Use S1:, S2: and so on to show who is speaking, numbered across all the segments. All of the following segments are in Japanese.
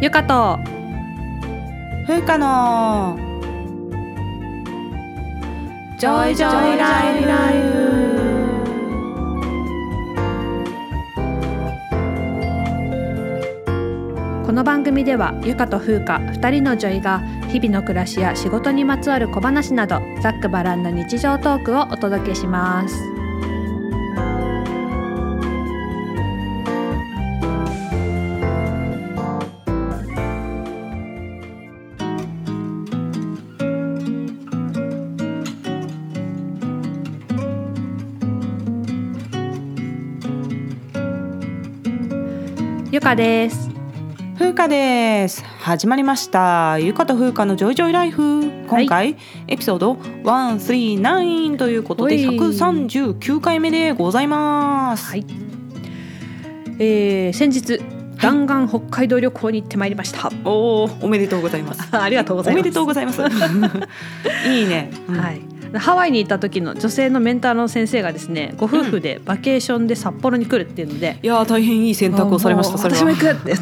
S1: ゆかと
S2: ふうかのジョイジョイライフ
S1: この番組ではゆかとふうか2人のジョイが日々の暮らしや仕事にまつわる小話などざっくばらんな日常トークをお届けしますゆかです
S2: ふうかです始まりましたゆかとふうかのジョイジョイライフ今回、エピソード139ということで
S1: ほい
S2: 139回目でございます、
S1: はい、えー、先日弾丸北海道旅行に行ってまいりました、
S2: おおおめでとうございます
S1: ありがとうございます
S2: おめでとうございます いいね、うん
S1: はいハワイに行った時の女性のメンターの先生がですねご夫婦でバケーションで札幌に来るっていうので、
S2: いやー大変いい選択をされました
S1: もう
S2: それは
S1: 私も行く って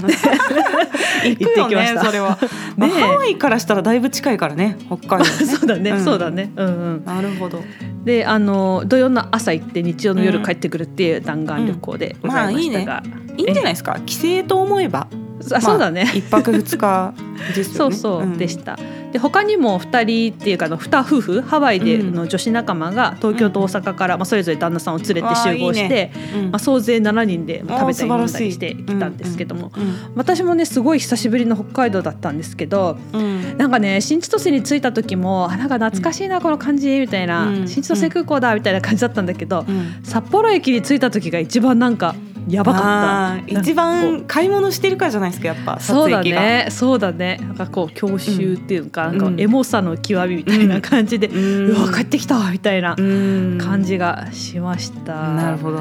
S1: 言 って
S2: 行
S1: 行
S2: くよ
S1: ってきまし
S2: ね
S1: た
S2: それは、まあ
S1: ねえ
S2: ハワイからしたらだいぶ近いからね北海道、ね、
S1: そうだね、
S2: ん
S1: そうだねうんうん
S2: なるほど
S1: であの土曜の朝行って日曜の夜帰ってくるっていう弾丸旅行でございましたが、
S2: いいんじゃないですか帰省と思えば
S1: あそうだね、
S2: 一泊二日です
S1: そ
S2: よ
S1: う
S2: ね
S1: そうでし
S2: ん
S1: た、で他にも2人っていうかあの2夫婦ハワイで
S2: う
S1: の女子仲間が東京と大阪から、まあ、それぞれ旦那さんを連れて
S2: わあ
S1: 集合して
S2: いいねうん
S1: まあ、総勢7人でまあ
S2: あ
S1: 食
S2: ー
S1: べたり飲んだりし
S2: 素晴ら
S1: て
S2: しい
S1: きたんですけども、
S2: うん
S1: 私もねすごい久しぶりの北海道だったんですけど
S2: うん
S1: なんかね新千歳に着いた時もあなんか懐かしいな、この感じみたいな、
S2: うん
S1: 新千歳空港だみたいな感じだったんだけど、
S2: うん
S1: 札幌駅に着いた時が一番なんかやばか
S2: あ
S1: っ
S2: ー
S1: た。
S2: 一
S1: なんかこう
S2: 番買い物してるからじゃないですかやっぱ
S1: そうだ
S2: 撮影機が
S1: ね、そうだね、なんかこう郷愁っていうか、
S2: うん
S1: なんかエモさの極みみたいな感じで、
S2: う
S1: うんわ帰ってきたみたいな
S2: うん
S1: 感じがしました。
S2: なるほどうん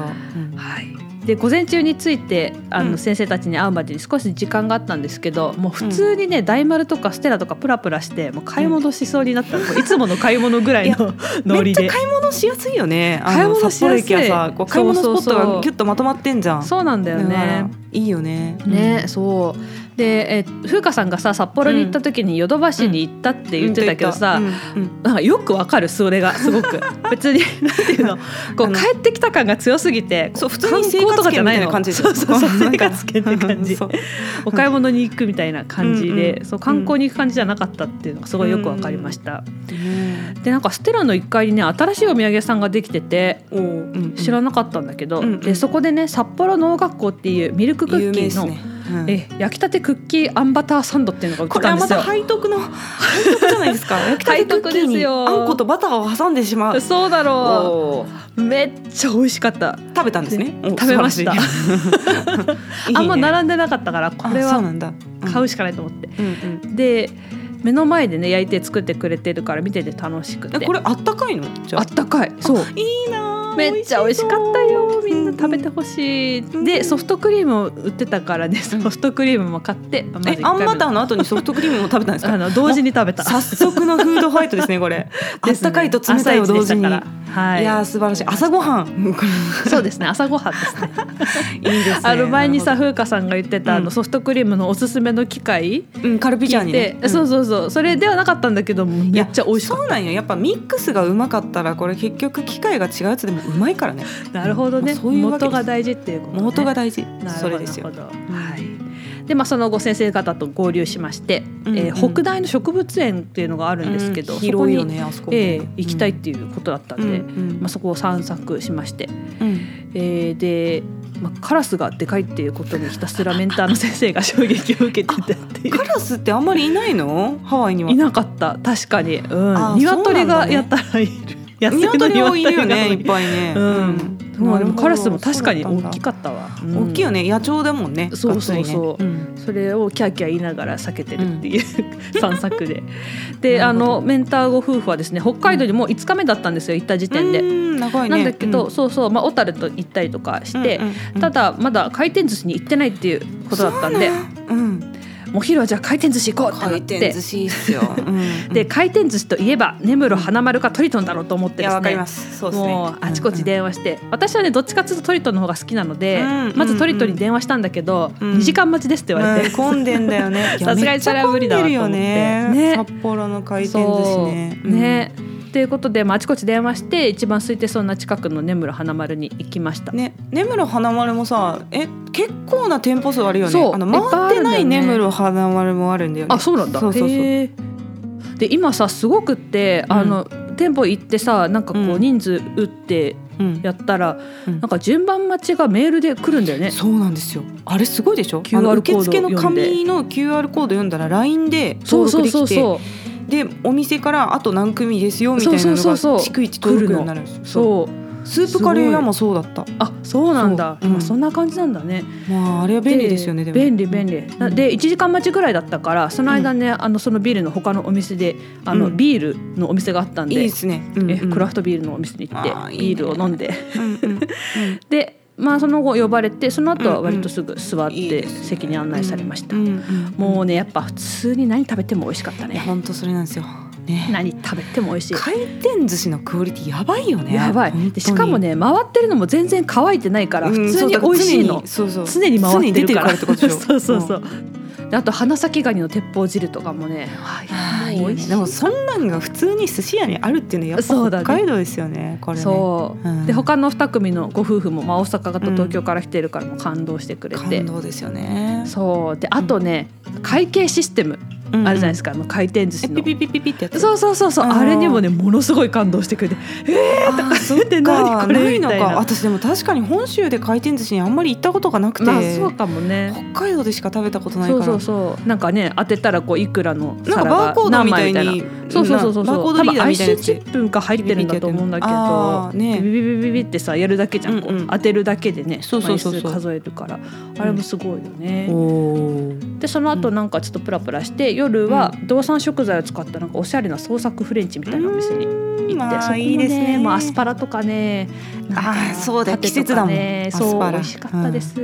S1: はい。で午前中についてあ
S2: う
S1: の
S2: ん
S1: 先生たちに会うまでに少し時間があったんですけど、もう普通にね、大丸とかステラとかプラプラしてもう買い物しそうになった、もういつもの買い物ぐらいの ノ
S2: め
S1: リ
S2: っち
S1: で
S2: ゃ買い物しやすいよねあの
S1: 買い物し
S2: 札幌
S1: やすい
S2: 駅はさこう買い物スポッ
S1: そうそうそ
S2: ト
S1: う
S2: がギュッとまとまってんじゃん
S1: そうなんだよ
S2: だから
S1: ね。
S2: いいよね
S1: ね、そうでえ風花さんがさ札幌に行った時にヨドバシに行ったって言ってたけどさ、
S2: うんうん
S1: なんかよくわかるそれがすご く別になんていうのこ
S2: あ
S1: う
S2: の
S1: 帰ってきた感が強すぎて
S2: そう普通に生活圏みたいな感じで
S1: そうそうそう生活圏って感じ
S2: そう
S1: お買い物に行くみたいな感じで、
S2: うんうん
S1: そう観光に行く感じじゃなかったっていうのがすごいよくわかりました、でなんかステラの1階にね新しいお土産屋さんができてて
S2: おーうんうん
S1: 知らなかったんだけど、
S2: うんうん
S1: でそこでね札幌農学校っていうミルククッキーの、
S2: 有名ですねうん
S1: え焼きたてクッキーあんバターサンドっていうのが売っ
S2: こ
S1: てた
S2: れは
S1: んで
S2: ます
S1: よ
S2: た。背徳の背徳じゃないです か焼きたてクッキー
S1: 背徳です
S2: に
S1: よ
S2: あんことバターを挟んでしまう
S1: そうだろ
S2: おー
S1: うめっちゃ美味しかった
S2: 食べたんですね
S1: で
S2: お
S1: 食べました
S2: 素晴ら しいいいね
S1: あんま並んでなかったからこれ
S2: あそう
S1: は
S2: なんだ
S1: 買うしかないと思って、
S2: うんうん
S1: で目の前でね焼いて作ってくれてるから見てて楽しく
S2: え
S1: て
S2: これあったかいのじゃ
S1: あ
S2: あ
S1: ったかいそう
S2: いいなあ
S1: めっちゃ美味しかったよみんな食べてほしい、
S2: ん
S1: でソフトクリームを売ってたからねソ
S2: うん
S1: フトクリームも買って、まず
S2: え
S1: 一
S2: あ
S1: 回
S2: ん
S1: 目
S2: バターの後にソフトクリームも食べたんです
S1: あ
S2: か
S1: の同時に食べた
S2: 早速のフードファイ トですねこれあ
S1: で
S2: っ
S1: すね
S2: たかいと冷たいを同時にい
S1: 朝一でしたからはい
S2: やー素晴らし い朝ごはん
S1: そうですね朝ごはん ですね
S2: いいですね
S1: あの前にさ
S2: なる
S1: 風花さんが言ってたあ
S2: う
S1: の
S2: ん
S1: ソフトクリームのおすすめの機械
S2: ほどうんカルピジャー
S1: 聞い
S2: に
S1: て
S2: ね、ん
S1: そうそうそうそれではなかったんだけども
S2: い
S1: め
S2: や
S1: っちゃ美味しかっ
S2: そうなんよやっぱミックスがうまかったらこれ結局機械が違うやつでもうまいからね
S1: たなるほどね
S2: まあそういうわけ
S1: 元
S2: です
S1: が大事っていうこと、ね、
S2: 元が大事、
S1: なるほ
S2: そ
S1: ど
S2: れです
S1: な
S2: よ
S1: るほどはい。でまあその後先生方と合流しまして、
S2: うん
S1: えー
S2: うん
S1: 北大の植物園っていうのがあるんですけど、
S2: う
S1: そ
S2: ん
S1: こ
S2: 広い
S1: に、
S2: よねあそこも
S1: えー行きたいっていうことだったんで、
S2: うんうん
S1: まあそこを散策しまして、
S2: うん
S1: えーで。まあ、カラスがでかいっていうことにひたすらメンターの先生が衝撃を受けてたっていう
S2: カラスってあんまりいないのハワイにはい
S1: なかった確かに、うん、
S2: あそうなんだ
S1: 鶏
S2: ね
S1: がやったらいる野生の
S2: 鶏もいるよねい
S1: 鶏
S2: っ
S1: が
S2: ぱいね
S1: うん、
S2: なる
S1: う
S2: ほ
S1: ん、
S2: ど
S1: カラスも確かに
S2: そ
S1: 大
S2: うだったんだ
S1: きかったわ、
S2: 大きいよね野鳥だもんね
S1: そうそうそう
S2: がっつりね
S1: それをキャーキャー言いながら避けてるっていう、 散策でであのメンターご夫婦はですね北海道にもう5日目だったんですよ行った時点で。
S2: うん長い
S1: な
S2: ね
S1: んだけど、
S2: う
S1: そうそう、まあ、小樽と行ったりとかして、
S2: うんうんうん
S1: ただまだ回転寿司に行ってないっていうことだったんで
S2: そうねうん
S1: お昼はじゃあ回転寿司行こうってな
S2: 回
S1: っ
S2: 転
S1: て
S2: 寿司いいっすよ。う ん
S1: で回転寿司といえば根室花丸かトリトンだろうと思って
S2: い
S1: で
S2: や
S1: す
S2: わかり
S1: ね
S2: ます。そうですね。
S1: もうあちこち電話して、私はねどっちかっていうとトリトンの方が好きなので、
S2: うん
S1: まずトリトンに電話したんだけど、
S2: うん
S1: 2時間待ちですって言われて、
S2: うん混んでんだよね。いや
S1: さすがにそれは無理だわと思って
S2: めっちゃ混んでるよね。札幌の回転寿司ね。
S1: そうね。ということで、まあ、あちこち電話して一番空いてそうな近くの根室花丸に行きました、
S2: うん。ね、根室花丸もさ、え、結構な店舗数あるよね。
S1: そう
S2: あの
S1: いっぱいあ
S2: 回っ
S1: る
S2: て
S1: んだ
S2: な
S1: よ
S2: い
S1: ね
S2: 根室花丸もあるんだよね。
S1: あそうなんだ
S2: そうそうそう
S1: へーで今さすごくって
S2: うん
S1: あの、店舗行ってさなんかこ
S2: う
S1: うん人数打って
S2: うん
S1: やったら、
S2: うん
S1: なんか順番待ちがメールで来るんだよね
S2: そうなんですよあれすごいでしょ
S1: QR
S2: あの受
S1: コードを
S2: 付
S1: 読ん
S2: の
S1: で
S2: 紙の QR コード読んだら LINE で
S1: そう
S2: 登
S1: そ
S2: 録
S1: う
S2: で
S1: そう
S2: き
S1: そ
S2: て
S1: う
S2: でお店からあと何組ですよみたいな
S1: そう
S2: の
S1: そう
S2: が
S1: そうそう
S2: 逐一届くようになるんですよ
S1: そう
S2: スープカレー屋もそうだった
S1: あそうなんだ
S2: そううん
S1: まあそんな感じなんだね
S2: まああれは便利ですよねでも
S1: 便利便利、
S2: ん
S1: で1時間待ちぐらいだったからその間ね、あのそのビールの他のお店であの、
S2: うん
S1: ビールのお店があったん
S2: い
S1: で
S2: いですね、うんうん
S1: えクラフトビールのお店に行って
S2: あーいい
S1: ビ
S2: ね
S1: ールを飲んで
S2: うんうんうん
S1: でまあその後呼ばれてその後は割とすぐ座っ
S2: いいで
S1: て
S2: すね
S1: 席に案内されました、
S2: うんうん
S1: もうねやっぱ普通に何食べても美味しかった
S2: いや
S1: ね
S2: 本当それなんですよね
S1: 何食べても美味しい
S2: 回転寿司のクオリティやばいよね
S1: やばいでしかも
S2: ね
S1: ね回ってるのも全然乾いてないから普通に美味しいの、
S2: そうそう
S1: 常に回ってるから
S2: 常に出てるからってことで しょ
S1: そうそうそう、であと花咲ガニの鉄砲汁とかもね
S2: あ
S1: は
S2: あ
S1: い
S2: いい
S1: もう美
S2: ね
S1: 味しい
S2: でもそんなんが普通に寿司屋にあるっていうのはやっ
S1: そうだ
S2: ぱ
S1: ね
S2: 北海道ですよねこれね
S1: そう、
S2: うん
S1: で他の2組のご夫婦も、まあ、大阪と東京から来てるからもう感動してくれて、
S2: 感動ですよね
S1: そうであとね、会計システム
S2: うんうん
S1: あるじゃないですか、あの回転寿司の
S2: えピピピピピってやつ
S1: そううそうそうそう
S2: あー
S1: あれにもねものすごい感動してくれて
S2: えー、とか
S1: そって何これ
S2: ないの
S1: みたい
S2: か
S1: な
S2: 私でも確かに本州で回転寿司にあんまり行ったことがなくて、
S1: まあそうかもね
S2: 北海道でしか食べたことないか
S1: そう
S2: ら
S1: そうそうなんかね当てたらこういくらの
S2: なん
S1: 皿
S2: かバーコ
S1: が
S2: ード
S1: 何
S2: みた
S1: 枚
S2: い
S1: みたいな
S2: に
S1: そうそうそうそう
S2: なバーコ
S1: 多
S2: ードリー
S1: 分
S2: ダーみたいな
S1: IC
S2: やつ
S1: チップが入ってるんだと思うんだけど
S2: あーね
S1: ビビビビビってさやるだけじゃんこ
S2: うん
S1: う
S2: うん
S1: 当てるだけでね
S2: そうそうそうそう
S1: 枚数数えるからあれもすごいよね
S2: おー
S1: でその後なんかちょっとプラプラして夜は動産食材を使ったなんかおしゃれな創作フレンチみたいなお店に行って、
S2: うんまあ
S1: そこもね
S2: いいですね
S1: もうアスパラとかねなんか
S2: あーそうだよ
S1: パテとかね
S2: 季節だ
S1: そう
S2: もんアスパラ
S1: 美味しかったです、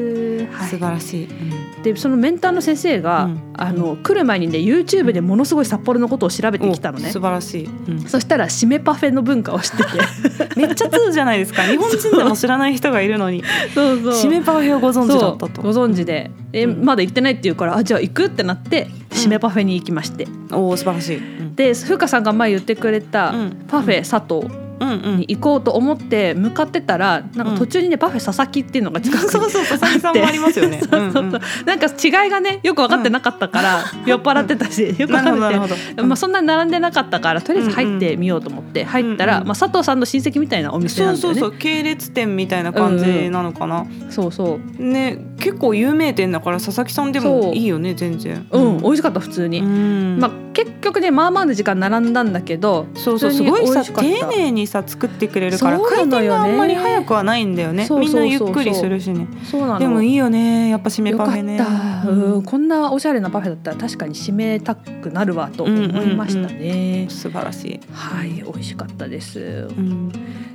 S1: は
S2: 素晴
S1: い、
S2: らしい、うん
S1: でそのメンターの先生が、
S2: うん
S1: あの来る前にね YouTube でものすごい札幌のことを調べてきたの
S2: お
S1: ね
S2: 素晴らしい、うん
S1: そしたら締めパフェの文化を知ってて
S2: めっちゃ通じゃない ですか日本人でも知らない人がいるのに
S1: そうそ
S2: 締めパフェをご存知だったと
S1: ご存知でえ、
S2: うん
S1: まだ行ってないって言うからあじゃあ行くってなって締めパフェに行きまして、
S2: おお素晴らしい、うん
S1: で風花さんが前言ってくれた、
S2: うん
S1: パフェ佐藤
S2: うんう
S1: に
S2: ん
S1: 行こうと思って向かってたらなんか途中にね、パフェ佐々木っていうのが近くに
S2: そうそう そう佐々木さんもありますよ ね
S1: そうそうそう
S2: うんうん
S1: なんか違いがねよく分かってなかったから、酔っ払ってたしよく
S2: なるほど
S1: 分
S2: なる
S1: かっ
S2: ほ
S1: てて、
S2: ど、
S1: まあ、そんなに並んでなかったからとりあえず入ってみようと思って入ったら、
S2: うんうん
S1: まあ、佐藤さんの親戚みたいなお店
S2: そ
S1: な
S2: うん
S1: だ
S2: そ
S1: よ
S2: う
S1: ね
S2: そ
S1: そうう
S2: 系列店みたいな感じなのかな、
S1: そう
S2: ね結構有名店だから佐々木さんで
S1: そう
S2: もいいよね全然
S1: うん、美味しかった普通に、
S2: うん
S1: まあ、結局ねまあまあの時間並んだんだけど
S2: そうそう
S1: 普
S2: す
S1: 通に
S2: ごい
S1: 美
S2: さ
S1: 味しかった
S2: 丁寧にさ作ってくれるから
S1: そうな
S2: 回
S1: の
S2: 転
S1: よね
S2: があんまり早くはないんだよね
S1: そうそうそうそう
S2: みんなゆっくりするしね
S1: そうなの
S2: でもいいよねやっぱ締めパフェね
S1: よかった、うん、こんなおしゃれなパフェだったら確かに締めたくなるわと思いましたね、
S2: 素晴らしい、
S1: はい美味しかったです
S2: うん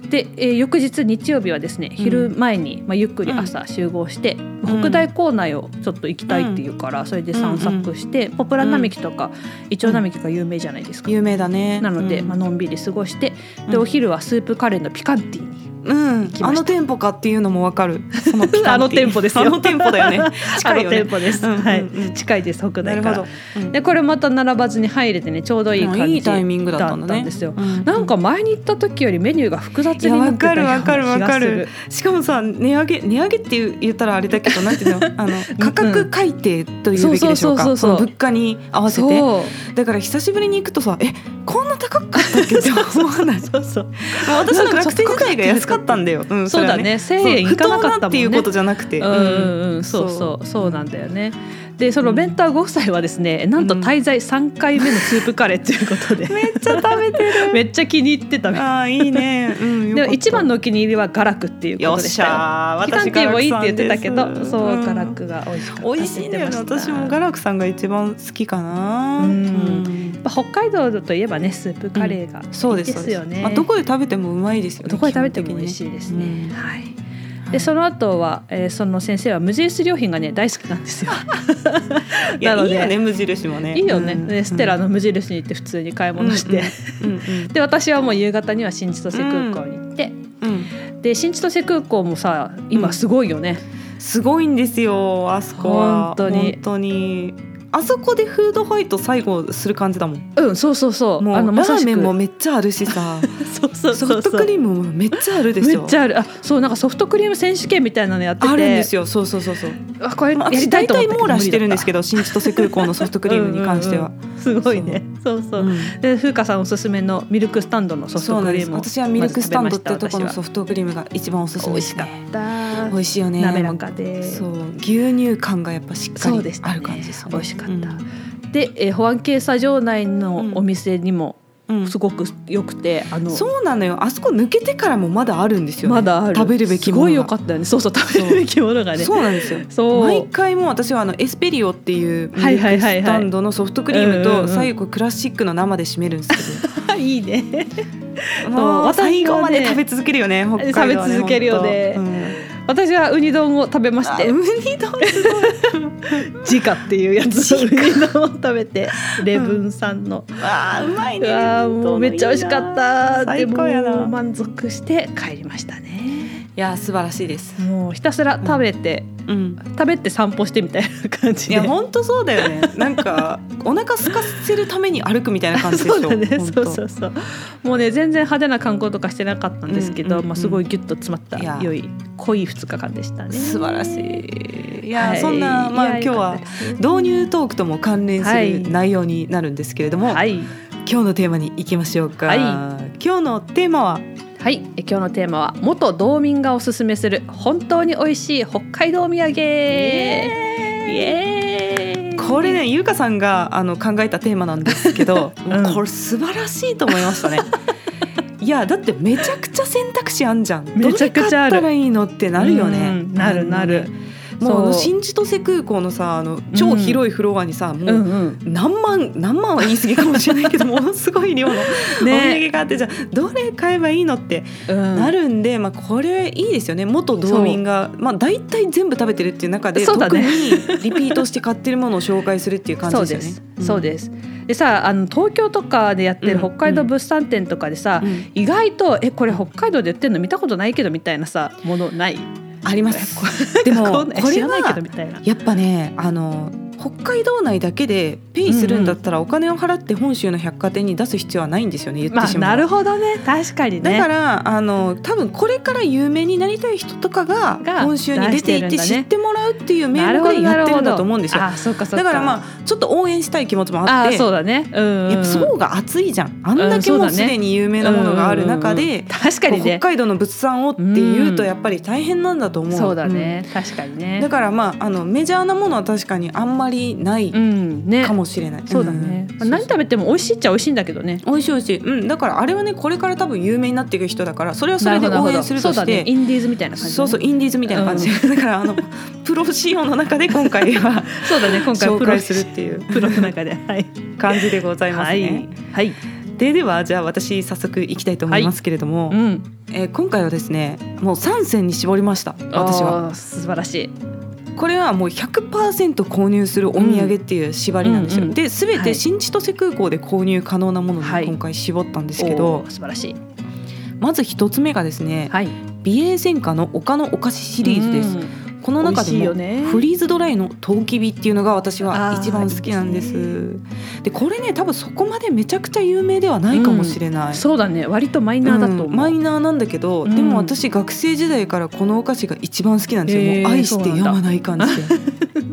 S1: で、えー翌日日曜日はですね昼前に、まあ、ゆっくり
S2: うん
S1: 朝集合して、
S2: ん
S1: 北大構内をちょっと行きたいっていうから、それで散策して、ポプラ並木とかイチョウ並木が有名じゃないですか、
S2: 有名だね
S1: なので、
S2: うん
S1: まあのんびり過ごして
S2: う
S1: で
S2: ん
S1: お昼はスープカレーのピカンティーに
S2: うん
S1: きました
S2: あの店舗かっていうのもわかるそのピタン
S1: あの店舗ですよ
S2: あの店舗だよね近い
S1: あの
S2: よね
S1: 店舗です、
S2: うんうんうん
S1: はい近いです北
S2: な
S1: 大
S2: る
S1: か
S2: ほ
S1: ら
S2: ど、うん
S1: でこれまた並ばずに入れてねちょうどいい
S2: まあ
S1: 感じ
S2: いいタイミングだったんだ
S1: だった
S2: ね
S1: んですよ
S2: う
S1: なんか前に行った時よりメニューが複雑
S2: いや
S1: になっ
S2: わ
S1: てたよ
S2: かる
S1: うな
S2: わ
S1: 気が
S2: かるわか
S1: す
S2: る
S1: る。
S2: しかもさ値上げ値上げっていう言ったらあれだけどなんて いうのあの価格改定というべきでしょ
S1: そ
S2: うかそう
S1: そうそうそうそう
S2: の物価に合わせて
S1: そう
S2: だから久しぶりに行くとさえこんな高かった っけって思わない
S1: そうそう
S2: もう私の学生時代が安かったんだよ、うん、
S1: そうだ
S2: れは
S1: ね
S2: そう
S1: 1000円いかなかったもんね
S2: 不当なっていうことじゃなくて、
S1: うんうんうんそうそうそうなんだよねでそのベンターご夫妻はですねなんと滞在3回目のスープカレーということで
S2: め っちゃ食べて る
S1: めっちゃ気に入ってたみたい
S2: あーいいね、うん、
S1: で
S2: よかった
S1: も一番のお気に入りはガラクっていう
S2: よ
S1: こ
S2: っ
S1: とでし
S2: した
S1: よ
S2: ゃー
S1: 期間
S2: 私
S1: 店もいいって言ってたけ
S2: ガラクさん
S1: ど
S2: です
S1: そううんガラクが美味しかったって
S2: 美
S1: 言
S2: 味
S1: っ
S2: しい
S1: て
S2: んだ
S1: ま
S2: よね
S1: した
S2: 私もガラクさんが一番好きかな、
S1: うん
S2: うん
S1: まあ北海道だといえばねスープカレーが
S2: そう
S1: いい
S2: です
S1: ですよね、
S2: まあ、どこで食べてもうまいですよね
S1: どこで食べても美味しいですね
S2: 基本的にね
S1: はい
S2: うん
S1: でその後は、えーその先生は無印良品がね大好きなんですよ。
S2: いや
S1: なので
S2: いいよね無印もね
S1: いいよね、
S2: うん
S1: でステラの無印に行って普通に買い物して、
S2: うんうん
S1: で私はもう夕方には新千歳空港に行って、
S2: うん
S1: で新千歳空港もさ今すごいよね、
S2: すごいんですよあそこは
S1: 本当に
S2: 本当にあそこでフードファイト最後する感じだもん
S1: うん、そうそうそう
S2: もう
S1: あ
S2: ラ
S1: のまさ
S2: ー
S1: し
S2: メ
S1: く
S2: ンもめっちゃあるしさ
S1: そうそう
S2: ソ
S1: そ
S2: フ
S1: うそ
S2: ト
S1: う
S2: クリームもめっちゃあるで
S1: め
S2: しょ
S1: っちゃあるあそうなんかソフトクリーム選手権みたいなのやってて
S2: あるんですよそうそうそうそう
S1: あこれ
S2: まあ
S1: や
S2: 私
S1: りたい
S2: 大
S1: と思った
S2: 体
S1: けど
S2: 網羅してるんです
S1: け
S2: けど新千歳空港のソフトク
S1: ど
S2: リームに関しては
S1: うんうんうんすごいねそう そう、
S2: うん
S1: で風花さんおすすめのミルクスタンドのソフ
S2: そ
S1: ト
S2: うな
S1: クリ
S2: ん
S1: ー
S2: です
S1: ムを
S2: 私はミルクスタンドってとこの
S1: ソ
S2: ソフトクリームが一番おすすめですね
S1: 美味しかった
S2: 美味しいよね
S1: 滑らかで
S2: そう牛乳感がやっぱしっか
S1: そう
S2: り
S1: でしたね
S2: ある感じですね
S1: 美味しかった、
S2: うん
S1: で、えー保安検査場内のお店にも
S2: うん
S1: すごく良くて、あの
S2: そうなのよあそこ抜けてからもまだあるんですよね
S1: まだある
S2: 食べるべき
S1: す
S2: もの
S1: ご
S2: が
S1: い良かったよねそうそう食べるべきものがね
S2: そうなんですよ
S1: そう
S2: 毎回もう私はあのエスペリオっていうミ
S1: はい
S2: ルク
S1: はいはいはい
S2: スタンドのソフトクリーム
S1: うんうんう
S2: と
S1: ん
S2: 最後クラシックの生で締めるんです け
S1: いいね
S2: どもう
S1: 私はね
S2: 最後まで食べ続けるよね北海道はね
S1: 食べ続けるよね
S2: 本
S1: 私はウニ丼を食べまし
S2: 当
S1: て
S2: うんあウニ丼
S1: ジカっていうやつをウニ丼を食べて レブンさんの、
S2: あーうまいうね
S1: わーもうめっちゃ美味しかった
S2: 最高やな
S1: でもう満足して帰りましたね
S2: いや素晴らしいです
S1: もうひたすら食べて、
S2: うん
S1: 食べて散歩してみたいな感じ
S2: い
S1: で
S2: や本当そうだよねなんかお腹空かせるために歩くみたいな感じでしょ
S1: そうだね
S2: 本
S1: そ
S2: 当
S1: うそうそうもうね全然派手な観光とかしてなかったんですけど、
S2: うんうんうん
S1: まあ、すごいギュッと詰まった
S2: いや
S1: 良い濃い2日間でしたね
S2: 素晴らしいいや、
S1: はい
S2: そんなまあ
S1: いや
S2: 今日
S1: 良
S2: は
S1: かったです
S2: 導入トークとも関連す
S1: はい
S2: る内容になるんですけれども、
S1: はい、
S2: 今日のテーマに行きましょうか、
S1: はい
S2: 今日のテーマは
S1: はい、え今日のテーマは元道民がおすすめする本当に美味しい北海道お土産イエーイ
S2: これね優香さんがあの考えたテーマなんですけど、
S1: うん
S2: これ素晴らしいと思い ましたねいやだってめちゃくちゃ選択肢あんじゃん
S1: めちゃくちゃある
S2: どれ買ったらいいのってなるよね
S1: うんなるなる
S2: もうあの
S1: そう
S2: 新千歳空港のさあの超広いフロアにさ、
S1: う
S2: もうん
S1: うん
S2: 何万何万は言い過ぎかもしれないけどものすごい量のお土
S1: ね
S2: 産があってじゃあどれ買えばいいのって
S1: うん
S2: なるんで、まあ、これいいですよね元道民が、まあ、大体全部食べてるっていう中で
S1: そうだね
S2: 特にリピートして買ってるものを紹介するっていう感
S1: そう
S2: じ
S1: で
S2: ですすよね。
S1: そうですでさあの東京とかでやってる北海道物産展とかでさ、
S2: うんうん
S1: 意外とえこれ北海道で売ってるの見たことないけどみたいなさものない
S2: あります。 で
S1: こ
S2: も
S1: う
S2: こ
S1: ね知
S2: れ
S1: らないけど
S2: は
S1: みたいな
S2: やっぱねあの北海道内だけでペイするんだったらお金を払って本州の百貨店に出す必要はないんですよね言っ
S1: ま
S2: て
S1: あ
S2: しま
S1: な
S2: う
S1: るほどね確かに
S2: だ
S1: ね
S2: からあの多分これから有名になりたい人とかが
S1: が
S2: 本州に出ていって
S1: 出して
S2: 知
S1: る
S2: っ
S1: んだね
S2: てもらうっていう名
S1: なるほ
S2: 目
S1: ど
S2: で
S1: な
S2: や
S1: る
S2: って
S1: ほ
S2: るん
S1: ど
S2: だと思うんですよ。
S1: あそうかそう
S2: だからま
S1: あ
S2: あちょっと応援したい気持ちもあ
S1: あ
S2: って
S1: そうだねうん
S2: やっぱ層が厚いじゃんあんだけ
S1: うんそう
S2: もう
S1: だね
S2: すでに有名なものがある中
S1: うんうんうん
S2: で、
S1: 確かに
S2: 北
S1: ね
S2: 海道の物産をっていうとやっぱり大変なんだと思う、
S1: そうだね、確かに
S2: うん、
S1: ね
S2: だからまああのメジャーなものは確かにあんまりない
S1: うんね
S2: かもしれない、
S1: そうだね、
S2: ん
S1: まあ、何食べても美味しいっちゃ美味しいんだけどね
S2: 美味しい美味しい、うん、だからあれはねこれから多分有名になっていく人だからそれはそれで応援すると
S1: そう
S2: し
S1: だね
S2: て
S1: インディーズみたいな感じ、ね、
S2: そうそうインディーズみたいな感じ、だからあのプロ仕様の中で今回は
S1: そうだね今回は
S2: 紹
S1: プロ
S2: 介するっていう
S1: プロの中ではい
S2: 感じでございます
S1: は
S2: ね。
S1: いはい
S2: でではじゃあ私早速行きたいと思いますけれども、
S1: うん
S2: えー今回はですねもう三選に絞りました私は
S1: あー素晴らしい
S2: これはもう100%購入するお土産っていう縛りなんですよ、
S1: うんうん
S2: で全
S1: は
S2: て
S1: い
S2: 新千歳空港で購入可能なものに
S1: はい
S2: 今回絞ったんですけど、
S1: おー素晴らしい
S2: まず一つ目がですね
S1: はい
S2: 美瑛専科の丘のお菓子シリーズです、
S1: す
S2: この中で
S1: 美味しいよ
S2: も
S1: ね
S2: フリーズドライのトウキビっていうのが私は一番好きなんです
S1: あー
S2: でこれね多分そこまでめちゃくちゃ有名ではないかもしれない、
S1: そうだね割とマイナーだと思う、
S2: うんマイナーなんだけど、
S1: うん
S2: でも私学生時代からこのお菓子が一番好きなんですよ、
S1: へー
S2: もう愛してやまない感じで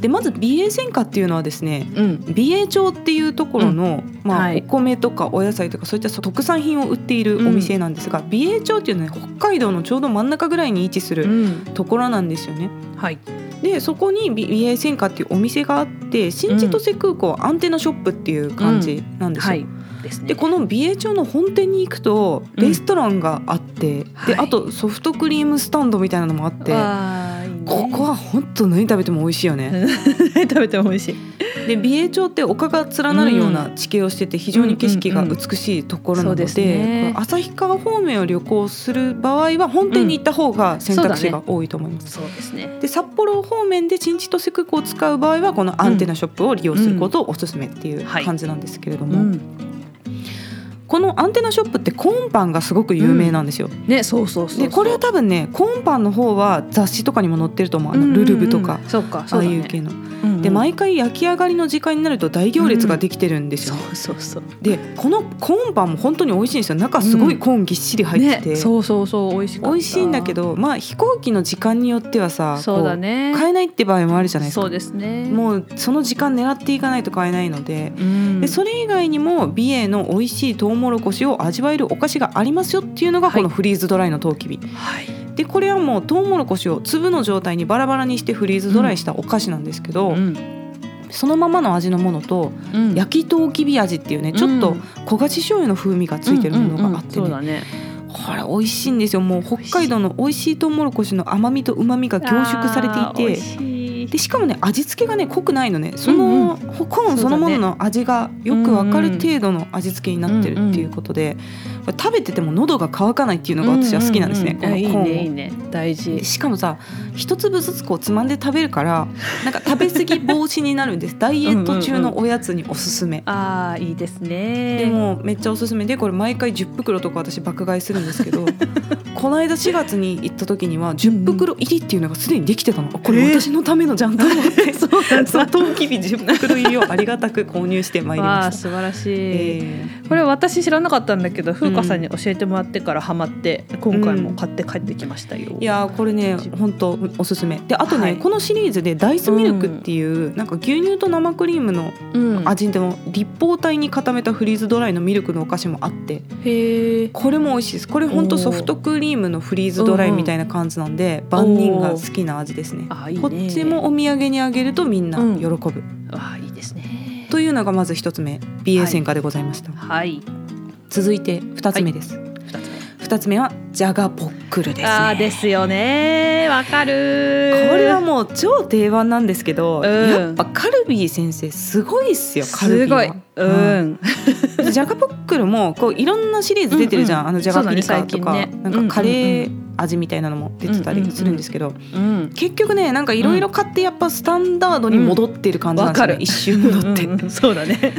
S2: でまず美瑛専科っていうのはですね
S1: うん
S2: 美瑛町っていうところの、まあ
S1: はい
S2: お米とかお野菜とかそういった特産品を売っているお店なんですが、美瑛町っていうのは北海道のちょうど真ん中ぐらいに位置す
S1: う
S2: る
S1: ん
S2: ところなんですよね。
S1: はい
S2: でそこに美瑛専科っていうお店があって新千歳空港アンテナショップっていう感じなんですよ。
S1: はいですね
S2: でこの美瑛町の本店に行くと
S1: うん
S2: レストランがあって、
S1: はい
S2: であとソフトクリームスタンドみたいなのもあって、
S1: わーいいね
S2: ここは本当何食べても美味しいよね。
S1: 食べても美味しい
S2: で美瑛町って丘が連なるような地形をしてて非常に景色が美しいところなので,、
S1: うんうんうんそうですね
S2: この旭川方面を旅行する場合は本店に行った方が選択肢が多いと思います。
S1: そうですね。
S2: で札幌方面で新千歳空港を使う場合はこのアンテナショップを利用することをおすすめっていう感じなんですけれど
S1: う
S2: も、
S1: ん、
S2: このアンテナショップってコーンパンがすごく有名なんですよ。
S1: ね、そうそうそうそう。
S2: でこれは多分ねコーンパンの方は雑誌とかにも載ってると思うあのルルブとか
S1: うんうん、うんそうか、
S2: あ
S1: そ
S2: あ
S1: うだ
S2: い
S1: ね
S2: う系の。
S1: うんうん
S2: で毎回焼き上がりの時間になると大行列ができてるんです
S1: そ
S2: よ、ね
S1: うそうそう。
S2: でこのコーンパンも本当に美味しいんですよ中すごいコーンぎっしり入ってて、
S1: ね、そうそうそう、美味しかった。
S2: 美味しいんだけ。どまあ飛行機の時間によってはさ
S1: そうだ
S2: こ
S1: ね。
S2: う買えないって場合もあるじゃないです
S1: そ
S2: か
S1: うですね。
S2: もうその時間狙っていかないと買えないので。
S1: うん、
S2: でそれ以外にも美瑛の美味しいトウモロコシを味わえるお菓子がありますよっていうのが
S1: はい
S2: このフリーズドライのトウキビ、
S1: はい。
S2: でこれはもうトウモロコシを粒の状態にバラバラにしてフリーズドライしたお菓子なんですけど、
S1: うん
S2: そのままの味のものと
S1: うん
S2: 焼きとうきび味っていうねちょっ
S1: う
S2: と
S1: ん
S2: 焦がし醤油の風味がついてるものがあって
S1: うんうんうんそう
S2: ね
S1: だね。
S2: これ美味しいんですよもう北海道の美味しいとうもろこしの甘みと旨みが凝縮されていて
S1: い
S2: でしかもね味付けがね濃くないのねその、コーンそのものの味がよくわかる程度の味付けになってるっていうことで、食べてても喉が渇かないっていうのが私は好きなんですね、
S1: いい
S2: このコーンを
S1: ね、いいね、大事
S2: で。しかもさ一粒ずつこうつまんで食べるからなんか食べ過ぎ防止になるんです ダイエット中のおやつにおすすめ。
S1: ああ、いいですね。
S2: でもめっちゃおすすめでこれ毎回10袋とか私爆買いするんですけ どこの間4月に行った時には10袋入りっていうのがすでにできてたの、あこれ私のためのじゃんと思って、
S1: そうなんだ
S2: そうトウキビ10袋入りをありがたく購入してまいり
S1: わ
S2: ま
S1: あ、
S2: した。
S1: 素晴らしい。
S2: えー
S1: これ私知らなかったんだけど、風花さんに教えてもらってからハマって、今回も買って帰ってきましたよ。
S2: いやーこれね本当おすすめであとね、
S1: はい
S2: このシリーズでダイスミルクっていう、なんか牛乳と生クリームの
S1: うん、
S2: 味でも立方体に固めたフリーズドライのミルクのお菓子もあって
S1: へえ。
S2: これも美味しいですこれ本当ソフトクリームのフリーズドライみたいな感じなんで万人が好きな味ですね
S1: あーいいね。
S2: こっちもお土産にあげるとみんな喜ぶ、
S1: ああ、いいですね。
S2: というのがまず一つ目 BA 戦果でございました、
S1: はい。
S2: 続いて二つ目です、
S1: 二つ目。
S2: 二つ目はジャガポックルですね
S1: ああ、ですよね。わか
S2: こ
S1: る。
S2: れはもう超定番なんですけど、
S1: うん
S2: やっぱカルビー先生すごいっすよカルビ
S1: す
S2: ー
S1: ご。
S2: はい
S1: うん。
S2: でジャガポックルもこういろんなシリーズ出てるじゃん、
S1: うんうん
S2: あのジャガピリカとか、
S1: そうだね最近ね
S2: なんかカレー味みたいなのも出てたりするんですけど、
S1: うん。
S2: 結局ねなんかいろいろ買ってやっぱスタンダードに戻ってる感じなんですよね、
S1: うん
S2: 一周戻って。
S1: うんうんそうだね。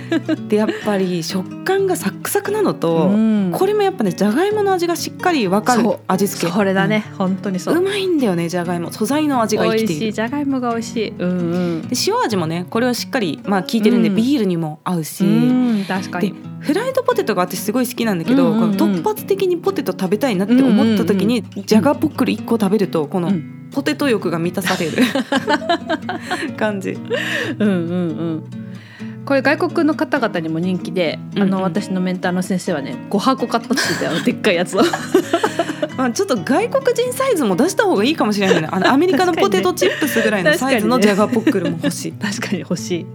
S2: でやっぱり食感がサクサクなのと、
S1: うん
S2: これもやっぱねじゃがいもの味がしっかり分かる
S1: そう
S2: 味付け
S1: それだね、本当に
S2: う
S1: そ
S2: んう
S1: う。
S2: まいんだよねじゃがいも素材の味
S1: 美
S2: が生き
S1: 味
S2: て
S1: し
S2: い
S1: い
S2: る
S1: じゃがいもが美味しい。うんうん。
S2: で塩味もねこれはしっかりまあ効いてるんで、
S1: うん
S2: ビールにも合うし、
S1: うん、確か
S2: で
S1: に。
S2: フライドポテトが私すごい好きなんだけど、
S1: うんうんうん
S2: この突発的にポテト食べたいなって思った時に、じゃがポックル1個食べるとこ
S1: う
S2: の
S1: ん
S2: ポテト欲が満たさ れる感じ。
S1: うんうんうん。これ外国の方々にも人気で、あ
S2: うんう
S1: の
S2: ん
S1: 私のメンターの先生はね、5箱買ったって言ってたよ、でっかいやつを。
S2: まあ、ちょっと外国人サイズも出した方がいいかもしれないねあのアメリカのポテトチップスぐらいのサイズの
S1: 確
S2: じ
S1: か
S2: ゃ
S1: にね
S2: がポックルも欲しい。
S1: 確かに欲しい。